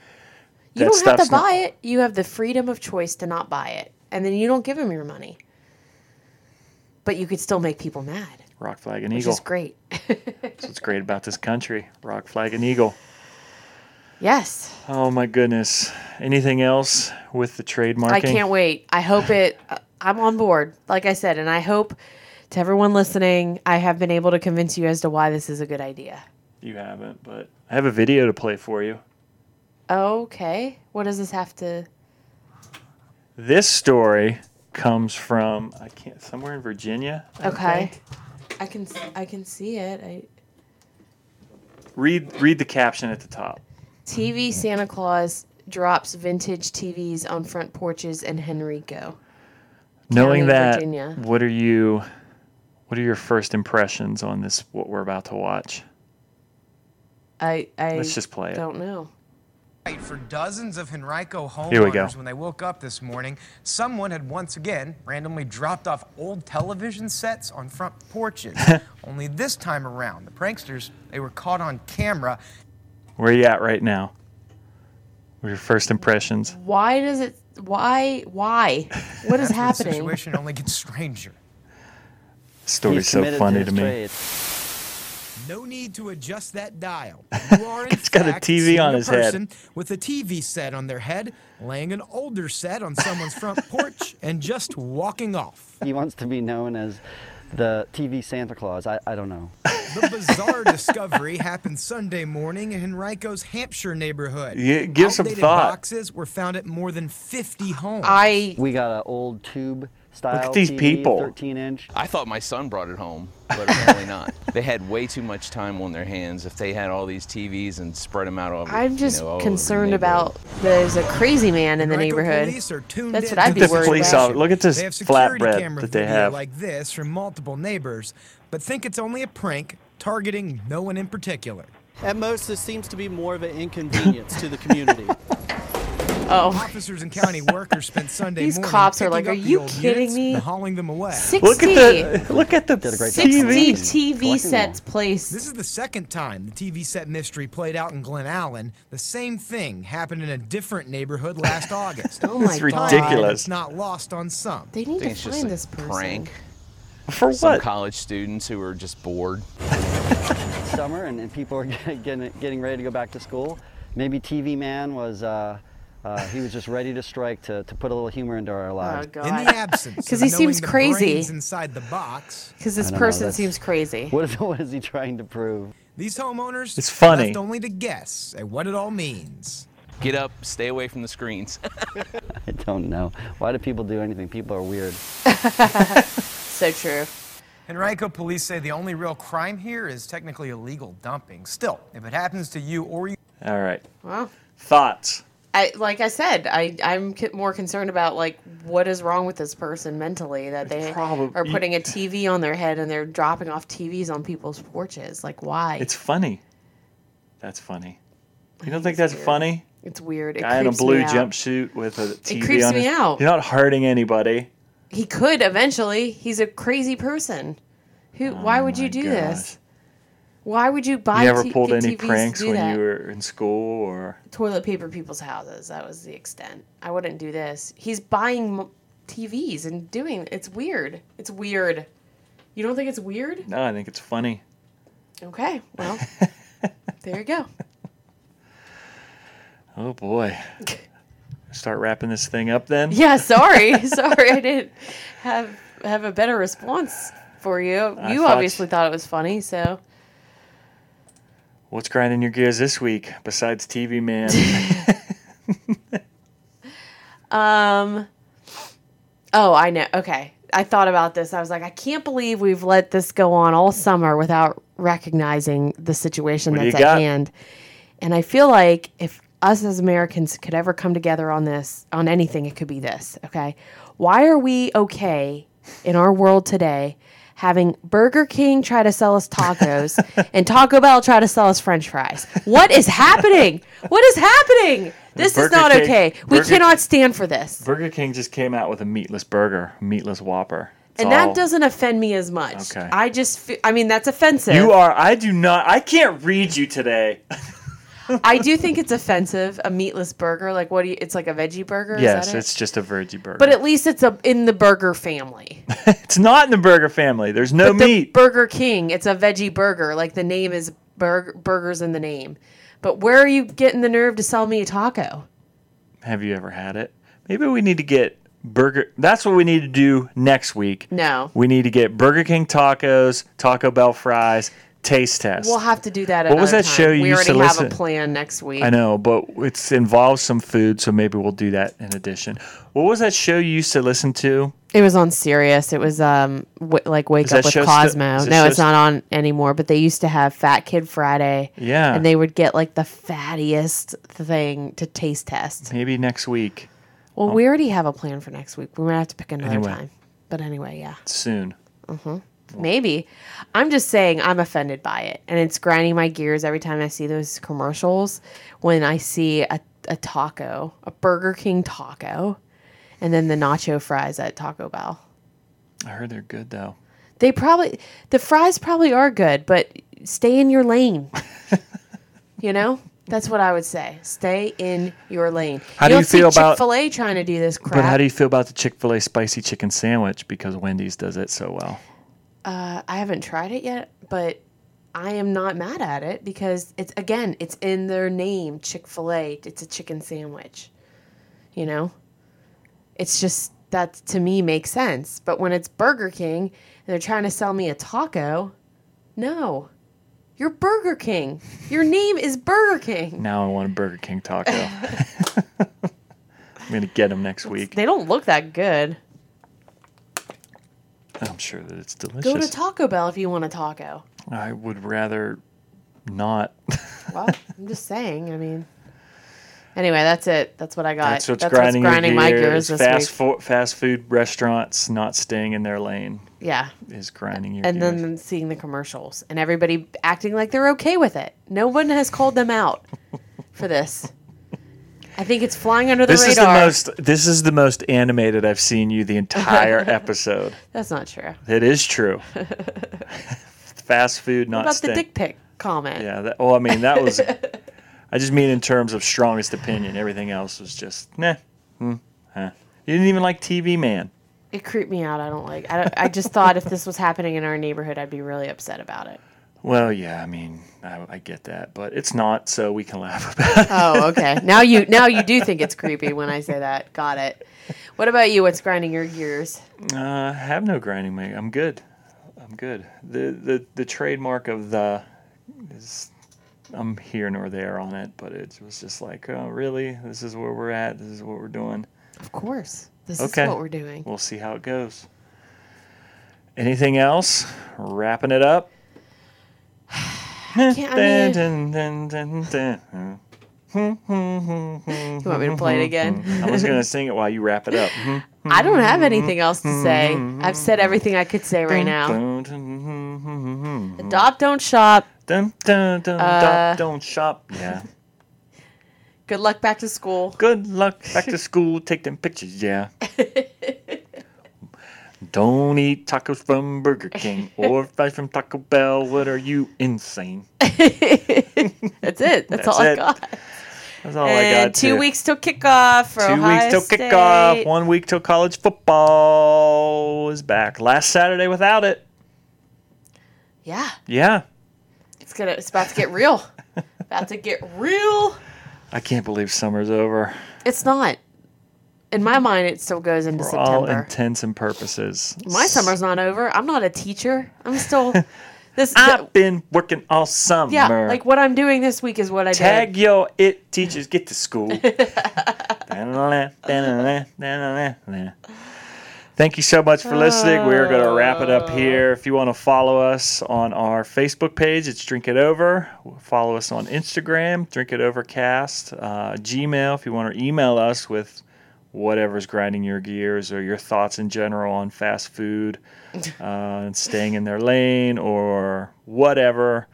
[SPEAKER 2] You
[SPEAKER 1] that
[SPEAKER 2] don't have
[SPEAKER 1] stuff's
[SPEAKER 2] to
[SPEAKER 1] not-
[SPEAKER 2] buy it. You have the freedom of choice to not buy it. And then you don't give them your money. But you could still make people mad,
[SPEAKER 1] rock flag and
[SPEAKER 2] which
[SPEAKER 1] eagle.
[SPEAKER 2] is great. *laughs*
[SPEAKER 1] That's what's great about this country. Rock flag and eagle.
[SPEAKER 2] yes.
[SPEAKER 1] Oh my goodness. Anything else with the trademarking?
[SPEAKER 2] I can't wait. I hope it. uh, I'm on board, like I said, and I hope to everyone listening, I have been able to convince you as to why this is a good idea.
[SPEAKER 1] You haven't, but I have a video to play for you.
[SPEAKER 2] Okay, what does this have to?
[SPEAKER 1] This story comes from I can't somewhere in Virginia. I
[SPEAKER 2] Okay,
[SPEAKER 1] think.
[SPEAKER 2] I can s- I can see it. I,
[SPEAKER 1] Read read the caption at the top.
[SPEAKER 2] TV Santa Claus drops vintage TVs on front porches in Henrico.
[SPEAKER 1] Knowing that,
[SPEAKER 2] Virginia.
[SPEAKER 1] what are you? What are your first impressions on this? What we're about to watch?
[SPEAKER 2] I I
[SPEAKER 1] Let's just play it.
[SPEAKER 2] don't know.
[SPEAKER 3] Fight For dozens of Henrico homeowners,
[SPEAKER 1] Here we go.
[SPEAKER 3] when they woke up this morning, someone had once again randomly dropped off old television sets on front
[SPEAKER 1] *laughs*
[SPEAKER 3] porches. Only this time around, the pranksters they were caught on camera.
[SPEAKER 1] Where are you at right now? What are your first impressions?
[SPEAKER 2] Why does it? Why why? What is
[SPEAKER 3] *laughs* That's when The
[SPEAKER 2] happening?
[SPEAKER 3] situation only gets stranger.
[SPEAKER 1] Story's so funny to me.
[SPEAKER 3] No need to adjust
[SPEAKER 1] *laughs*
[SPEAKER 3] that dial. You are in
[SPEAKER 1] It's got a
[SPEAKER 3] fact
[SPEAKER 1] TV
[SPEAKER 3] seeing
[SPEAKER 1] on
[SPEAKER 3] a
[SPEAKER 1] his head.
[SPEAKER 3] person With a TV set on their head, laying an older set on someone's
[SPEAKER 1] *laughs*
[SPEAKER 3] front porch, and just walking off.
[SPEAKER 4] He wants to be known as the TV Santa Claus. I, I don't know.
[SPEAKER 3] The
[SPEAKER 2] *laughs*
[SPEAKER 3] bizarre discovery happened Sunday morning in Henrico's Hampshire neighborhood.
[SPEAKER 1] Yeah, give some
[SPEAKER 3] Outdated
[SPEAKER 1] thought.
[SPEAKER 3] Boxes were found at more than 50 homes.
[SPEAKER 2] I
[SPEAKER 4] We got an old tube style
[SPEAKER 1] these
[SPEAKER 4] TV,
[SPEAKER 1] people.
[SPEAKER 4] 13 inch.
[SPEAKER 5] I thought my son brought it home, but apparently not. They had way too much time on their hands if they had all these TVs and spread them out all over.
[SPEAKER 2] I'm
[SPEAKER 5] you
[SPEAKER 2] just
[SPEAKER 5] know, oh, all over the
[SPEAKER 2] concerned
[SPEAKER 5] neighborhood.
[SPEAKER 2] about there's a crazy man in the
[SPEAKER 3] Henrico
[SPEAKER 2] neighborhood.
[SPEAKER 3] police are tuned
[SPEAKER 2] That's
[SPEAKER 3] in
[SPEAKER 2] what I'd
[SPEAKER 3] to
[SPEAKER 2] be
[SPEAKER 1] This
[SPEAKER 2] worried
[SPEAKER 1] police
[SPEAKER 2] about.
[SPEAKER 1] officer- look at this
[SPEAKER 3] They have security
[SPEAKER 1] flatbread
[SPEAKER 3] camera
[SPEAKER 1] that they
[SPEAKER 3] video
[SPEAKER 1] have.
[SPEAKER 3] like this from multiple neighbors, but think it's only a prank targeting no one in particular.
[SPEAKER 6] At most, this seems to be more of an inconvenience to the
[SPEAKER 4] *laughs*
[SPEAKER 6] community.
[SPEAKER 2] Oh,
[SPEAKER 3] Officers and county workers spent Sunday
[SPEAKER 2] These
[SPEAKER 3] morning
[SPEAKER 2] cops are
[SPEAKER 3] picking
[SPEAKER 2] like,
[SPEAKER 3] up
[SPEAKER 2] "Are
[SPEAKER 3] the
[SPEAKER 2] you
[SPEAKER 3] old
[SPEAKER 2] kidding
[SPEAKER 3] units
[SPEAKER 2] me?"
[SPEAKER 3] And hauling them away.
[SPEAKER 2] 60,
[SPEAKER 1] Look at the look at the
[SPEAKER 4] a great job.
[SPEAKER 2] 60
[SPEAKER 1] TV.
[SPEAKER 2] TV
[SPEAKER 4] Collecting
[SPEAKER 2] sets placed.
[SPEAKER 3] This is the second time the TV set mystery played out in Glen Allen. The same thing happened in a different neighborhood *laughs* last August.
[SPEAKER 2] oh my
[SPEAKER 1] is
[SPEAKER 2] god.
[SPEAKER 1] ridiculous.
[SPEAKER 3] It's not lost on some.
[SPEAKER 2] They
[SPEAKER 5] I
[SPEAKER 2] need
[SPEAKER 5] think
[SPEAKER 2] to
[SPEAKER 5] it's just
[SPEAKER 2] find
[SPEAKER 5] a
[SPEAKER 2] this person.
[SPEAKER 5] prank.
[SPEAKER 1] For
[SPEAKER 5] Some
[SPEAKER 1] what?
[SPEAKER 5] college students who are just bored.
[SPEAKER 4] Summer, and, and people are *laughs* getting, getting ready to go back to school. Maybe TV Man was, uh, uh, he was just ready to strike to, to put a little humor into our
[SPEAKER 2] Oh
[SPEAKER 4] lives.
[SPEAKER 3] In
[SPEAKER 2] god.
[SPEAKER 3] the
[SPEAKER 2] *laughs*
[SPEAKER 3] absence,
[SPEAKER 2] 'Cause
[SPEAKER 3] because
[SPEAKER 2] he seems crazy.
[SPEAKER 3] inside the box,
[SPEAKER 2] Because this
[SPEAKER 4] I don't know,
[SPEAKER 2] person
[SPEAKER 4] that's-
[SPEAKER 2] seems crazy.
[SPEAKER 4] What is, *laughs* what is he trying to prove?
[SPEAKER 3] these homeowners
[SPEAKER 1] It's funny.
[SPEAKER 3] left only to guess at what it all means.
[SPEAKER 5] Get up, stay away from the screens.
[SPEAKER 4] I don't know. Why do people do anything? People are weird.
[SPEAKER 2] So true.
[SPEAKER 3] Henrico police say the only real crime here is technically illegal dumping. Still, if it happens to you or you
[SPEAKER 1] All right.
[SPEAKER 2] Well,
[SPEAKER 1] Thoughts?
[SPEAKER 2] I like I said, I I'm c- more concerned about like what is wrong with this person mentally that they
[SPEAKER 1] Probab-
[SPEAKER 2] are putting a TV on their head and they're dropping off TVs on people's porches. Like why?
[SPEAKER 1] It's funny. That's funny. You don't think that's funny?
[SPEAKER 2] It's weird. It
[SPEAKER 1] Guy in a
[SPEAKER 2] creeps me
[SPEAKER 1] blue
[SPEAKER 2] out.
[SPEAKER 1] jumpsuit with a TV
[SPEAKER 2] creeps
[SPEAKER 1] on
[SPEAKER 2] me
[SPEAKER 1] his-
[SPEAKER 2] out.
[SPEAKER 1] You're not hurting anybody.
[SPEAKER 2] He could eventually. He's a crazy person. Who? why would you
[SPEAKER 1] Oh my
[SPEAKER 2] do
[SPEAKER 1] gosh.
[SPEAKER 2] this? Why would you buy?
[SPEAKER 1] you ever
[SPEAKER 2] t-
[SPEAKER 1] pulled
[SPEAKER 2] get
[SPEAKER 1] any
[SPEAKER 2] TVs to
[SPEAKER 1] pranks
[SPEAKER 2] do
[SPEAKER 1] when
[SPEAKER 2] that?
[SPEAKER 1] you were in school or
[SPEAKER 2] toilet paper people's houses. That was the extent. I wouldn't do this. He's buying m- TVs and doing. It's weird. It's weird. You don't think it's weird?
[SPEAKER 1] no i think it's funny
[SPEAKER 2] Okay.
[SPEAKER 1] *laughs*
[SPEAKER 2] Well, there you go.
[SPEAKER 1] oh boy start wrapping this thing up then
[SPEAKER 2] Yeah. Sorry. *laughs* sorry. I didn't have have a better response for you.
[SPEAKER 1] I
[SPEAKER 2] you
[SPEAKER 1] thought-
[SPEAKER 2] obviously thought it was funny, so
[SPEAKER 1] what's grinding your gears this week besides tv
[SPEAKER 2] *laughs*
[SPEAKER 1] man
[SPEAKER 2] Um. Oh, I know. Okay, I thought about this. I was like, I can't believe we've let this go on all summer without recognizing the situation
[SPEAKER 1] What do
[SPEAKER 2] that's
[SPEAKER 1] you
[SPEAKER 2] at
[SPEAKER 1] got?
[SPEAKER 2] hand. And I feel like if us as Americans could ever come together on this, on anything, it could be this. Okay, why are we okay in our world today? Having Burger King try to sell us
[SPEAKER 1] *laughs*
[SPEAKER 2] tacos and Taco Bell try to sell us French fries. What is happening? What is happening? This is
[SPEAKER 1] Burger
[SPEAKER 2] not
[SPEAKER 1] King-
[SPEAKER 2] okay. We
[SPEAKER 1] Burger-
[SPEAKER 2] cannot stand for this.
[SPEAKER 1] burger king just came out with a meatless burger meatless whopper It's
[SPEAKER 2] and
[SPEAKER 1] all-
[SPEAKER 2] that doesn't offend me as much.
[SPEAKER 1] Okay.
[SPEAKER 2] I just, fe- I mean, that's offensive.
[SPEAKER 1] you are i do not i can't read you today
[SPEAKER 2] I do think it's offensive. A meatless burger, like what do you? It's like a veggie burger. is
[SPEAKER 1] yes
[SPEAKER 2] that it?
[SPEAKER 1] it's just a veggie burger
[SPEAKER 2] But at least it's a in the burger family.
[SPEAKER 1] it's not in the burger family there's no
[SPEAKER 2] The
[SPEAKER 1] meat
[SPEAKER 2] Burger King. It's a veggie burger. Like the name is burger, burgers in the name. But where are you getting the nerve to sell me a taco?
[SPEAKER 1] have you ever had it maybe we need to get burger that's what we need to do next week
[SPEAKER 2] No.
[SPEAKER 1] we need to get burger king tacos taco bell fries taste test
[SPEAKER 2] We'll have to do that.
[SPEAKER 1] What was
[SPEAKER 2] another
[SPEAKER 1] that
[SPEAKER 2] time.
[SPEAKER 1] show you
[SPEAKER 2] We
[SPEAKER 1] used
[SPEAKER 2] already
[SPEAKER 1] to
[SPEAKER 2] have a
[SPEAKER 1] listen-
[SPEAKER 2] plan next week.
[SPEAKER 1] I know, but it's involves some food, so maybe we'll do that in addition. What was that show you used to listen to?
[SPEAKER 2] It was on Sirius. It was um w- like Wake
[SPEAKER 1] Is
[SPEAKER 2] Up
[SPEAKER 1] that
[SPEAKER 2] with
[SPEAKER 1] show sti-
[SPEAKER 2] Cosmo.
[SPEAKER 1] is that
[SPEAKER 2] no,
[SPEAKER 1] show
[SPEAKER 2] it's not on anymore. But they used to have Fat Kid Friday.
[SPEAKER 1] Yeah.
[SPEAKER 2] and they would get like the fattiest thing to taste test.
[SPEAKER 1] Maybe next week,
[SPEAKER 2] Well, we already have a plan for next week. We might have to pick another
[SPEAKER 1] Anyway.
[SPEAKER 2] time. But anyway, yeah,
[SPEAKER 1] soon.
[SPEAKER 2] maybe. I'm just saying I'm offended by it, and it's grinding my gears every time I see those commercials. When I see a, a taco, a Burger King taco, and then the nacho fries at Taco Bell.
[SPEAKER 1] I heard they're good though.
[SPEAKER 2] They probably the fries probably are good, but stay in
[SPEAKER 1] *laughs*
[SPEAKER 2] your lane. you know, that's what I would say. Stay in your lane.
[SPEAKER 1] How do you feel about-
[SPEAKER 2] Chick Fil A trying to do this crap?
[SPEAKER 1] But how do you feel about the Chick Fil A spicy chicken sandwich because Wendy's does it so well?
[SPEAKER 2] uh, I haven't tried it yet, but I am not mad at it because it's again, it's in their name, Chick Fil A. It's a chicken sandwich. You know, it's just that to me makes sense. But when it's Burger King and they're trying to sell me a taco, no. You're Burger King. Your name is Burger King.
[SPEAKER 1] Now I want a Burger King
[SPEAKER 2] *laughs*
[SPEAKER 1] taco. *laughs* I'm gonna get them next week.
[SPEAKER 2] They don't look that good.
[SPEAKER 1] I'm sure that it's
[SPEAKER 2] Go
[SPEAKER 1] delicious.
[SPEAKER 2] to Taco Bell if you want a taco.
[SPEAKER 1] I would rather not.
[SPEAKER 2] Well, I'm just saying. I mean, anyway, that's it. That's what I got.
[SPEAKER 1] That's what's grinding, your
[SPEAKER 2] my
[SPEAKER 1] gears.
[SPEAKER 2] gears this
[SPEAKER 1] fast
[SPEAKER 2] week.
[SPEAKER 1] fo- fast food restaurants not staying in their lane
[SPEAKER 2] yeah,
[SPEAKER 1] is grinding your
[SPEAKER 2] and
[SPEAKER 1] gears.
[SPEAKER 2] then seeing the commercials and everybody acting like they're okay with it. No one has called them out for this. I think it's flying under the
[SPEAKER 1] This is the
[SPEAKER 2] radar.
[SPEAKER 1] most. This is the most animated I've seen you the
[SPEAKER 2] *laughs*
[SPEAKER 1] entire episode.
[SPEAKER 2] That's not true. What
[SPEAKER 1] It is
[SPEAKER 2] *laughs*
[SPEAKER 1] true. Fast food, not
[SPEAKER 2] about
[SPEAKER 1] stink.
[SPEAKER 2] the dick pic comment?
[SPEAKER 1] yeah. That, well, I mean, that
[SPEAKER 2] *laughs*
[SPEAKER 1] was. I just mean in terms of strongest opinion. Everything else was just nah. hmm, huh. You didn't even like TV Man.
[SPEAKER 2] It creeped me out. I don't like. I, don't, I just thought if this was happening in our neighborhood, I'd be really upset about it.
[SPEAKER 1] Well, yeah. I mean, I, I get that, but it's not. So we can laugh *laughs* about it.
[SPEAKER 2] Oh, okay. *laughs* Now you now you do think it's creepy when I say that. Got it. What about you? What's grinding your gears?
[SPEAKER 1] Uh, I have no grinding, mate. I'm good. I'm good. The the the trademark of the is I'm here nor there on it, but it was just like, oh, really? This is where we're at. This is what we're doing.
[SPEAKER 2] Of course. This
[SPEAKER 1] Okay.
[SPEAKER 2] is what we're doing.
[SPEAKER 1] We'll see how it goes. Anything else? Wrapping it up.
[SPEAKER 2] *sighs* I can't, I mean,
[SPEAKER 1] Dun, dun, dun, dun, dun.
[SPEAKER 2] you want
[SPEAKER 1] Mm-hmm,
[SPEAKER 2] me to play it again?
[SPEAKER 1] *laughs* I was gonna sing it while you wrap it up. Mhm.
[SPEAKER 2] I don't have anything else to say. I've said everything I could say right now.
[SPEAKER 1] Mm-hmm, Dun, dun, dun, dun, dun,
[SPEAKER 2] Adopt, don't shop.
[SPEAKER 1] dun, dun, dun,
[SPEAKER 2] Uh,
[SPEAKER 1] dun, Don't shop. Yeah.
[SPEAKER 2] Good luck back to school.
[SPEAKER 1] *laughs* Good luck. Back to school. Take them pictures.
[SPEAKER 2] *laughs*
[SPEAKER 1] Yeah. Don't eat tacos from Burger King
[SPEAKER 2] *laughs*
[SPEAKER 1] or fries from Taco Bell. What are you insane?
[SPEAKER 2] That's it. That's,
[SPEAKER 1] That's
[SPEAKER 2] all I
[SPEAKER 1] it.
[SPEAKER 2] got.
[SPEAKER 1] That's all I
[SPEAKER 2] and
[SPEAKER 1] got.
[SPEAKER 2] two
[SPEAKER 1] too.
[SPEAKER 2] weeks till kickoff for
[SPEAKER 1] Two
[SPEAKER 2] Ohio
[SPEAKER 1] weeks till
[SPEAKER 2] State.
[SPEAKER 1] kickoff. One week till college football is back. Last Saturday without it.
[SPEAKER 2] Yeah,
[SPEAKER 1] Yeah.
[SPEAKER 2] it's gonna. It's about to get real. about to get real.
[SPEAKER 1] I can't believe summer's over.
[SPEAKER 2] It's not. In my mind, it still goes into
[SPEAKER 1] For all
[SPEAKER 2] September.
[SPEAKER 1] intents and purposes.
[SPEAKER 2] my summer's not over. I'm not a teacher.
[SPEAKER 1] *laughs*
[SPEAKER 2] I'm still this.
[SPEAKER 1] I've been working all summer.
[SPEAKER 2] yeah, like what I'm doing this week is what I
[SPEAKER 1] Tag
[SPEAKER 2] did.
[SPEAKER 1] yo it teachers get to
[SPEAKER 2] *laughs*
[SPEAKER 1] school. Thank you so much for listening. We're going to wrap it
[SPEAKER 2] Ah.
[SPEAKER 1] up here. If you want to follow us on our Facebook page, it's Drink It Over. Follow us on Instagram, Drink It Overcast. Uh, Gmail, if you want to email us with whatever's grinding your gears or your thoughts in general on fast
[SPEAKER 2] *laughs*
[SPEAKER 1] food uh, and staying in their lane or whatever.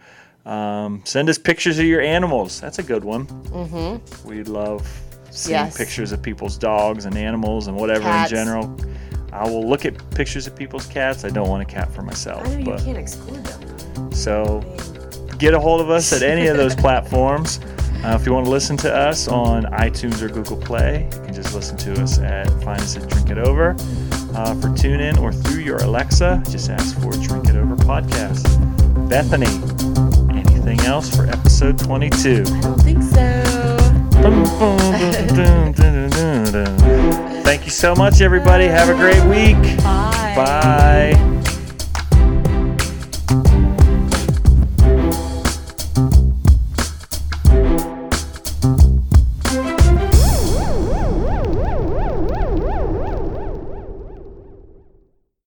[SPEAKER 1] Um, send us pictures of your animals. That's a good one. Mm-hmm. We love seeing
[SPEAKER 2] Yes.
[SPEAKER 1] pictures of people's dogs and animals and whatever
[SPEAKER 2] Cats.
[SPEAKER 1] in general. I will look at pictures of people's cats. I don't want a cat for myself.
[SPEAKER 2] I know you
[SPEAKER 1] but
[SPEAKER 2] can't exclude them.
[SPEAKER 1] so get a hold of us at any of
[SPEAKER 2] *laughs*
[SPEAKER 1] those platforms. Uh, if you want to listen to us on iTunes or Google Play, you can just listen to us at Find Us at Drink It Over. Uh, for TuneIn or through your Alexa, just ask for Drink It Over Podcast. Bethany, anything else for episode
[SPEAKER 2] *laughs*
[SPEAKER 1] 22?
[SPEAKER 2] I don't think so.
[SPEAKER 1] Thank you so much, everybody. Have a great week.
[SPEAKER 2] Bye.
[SPEAKER 1] Bye.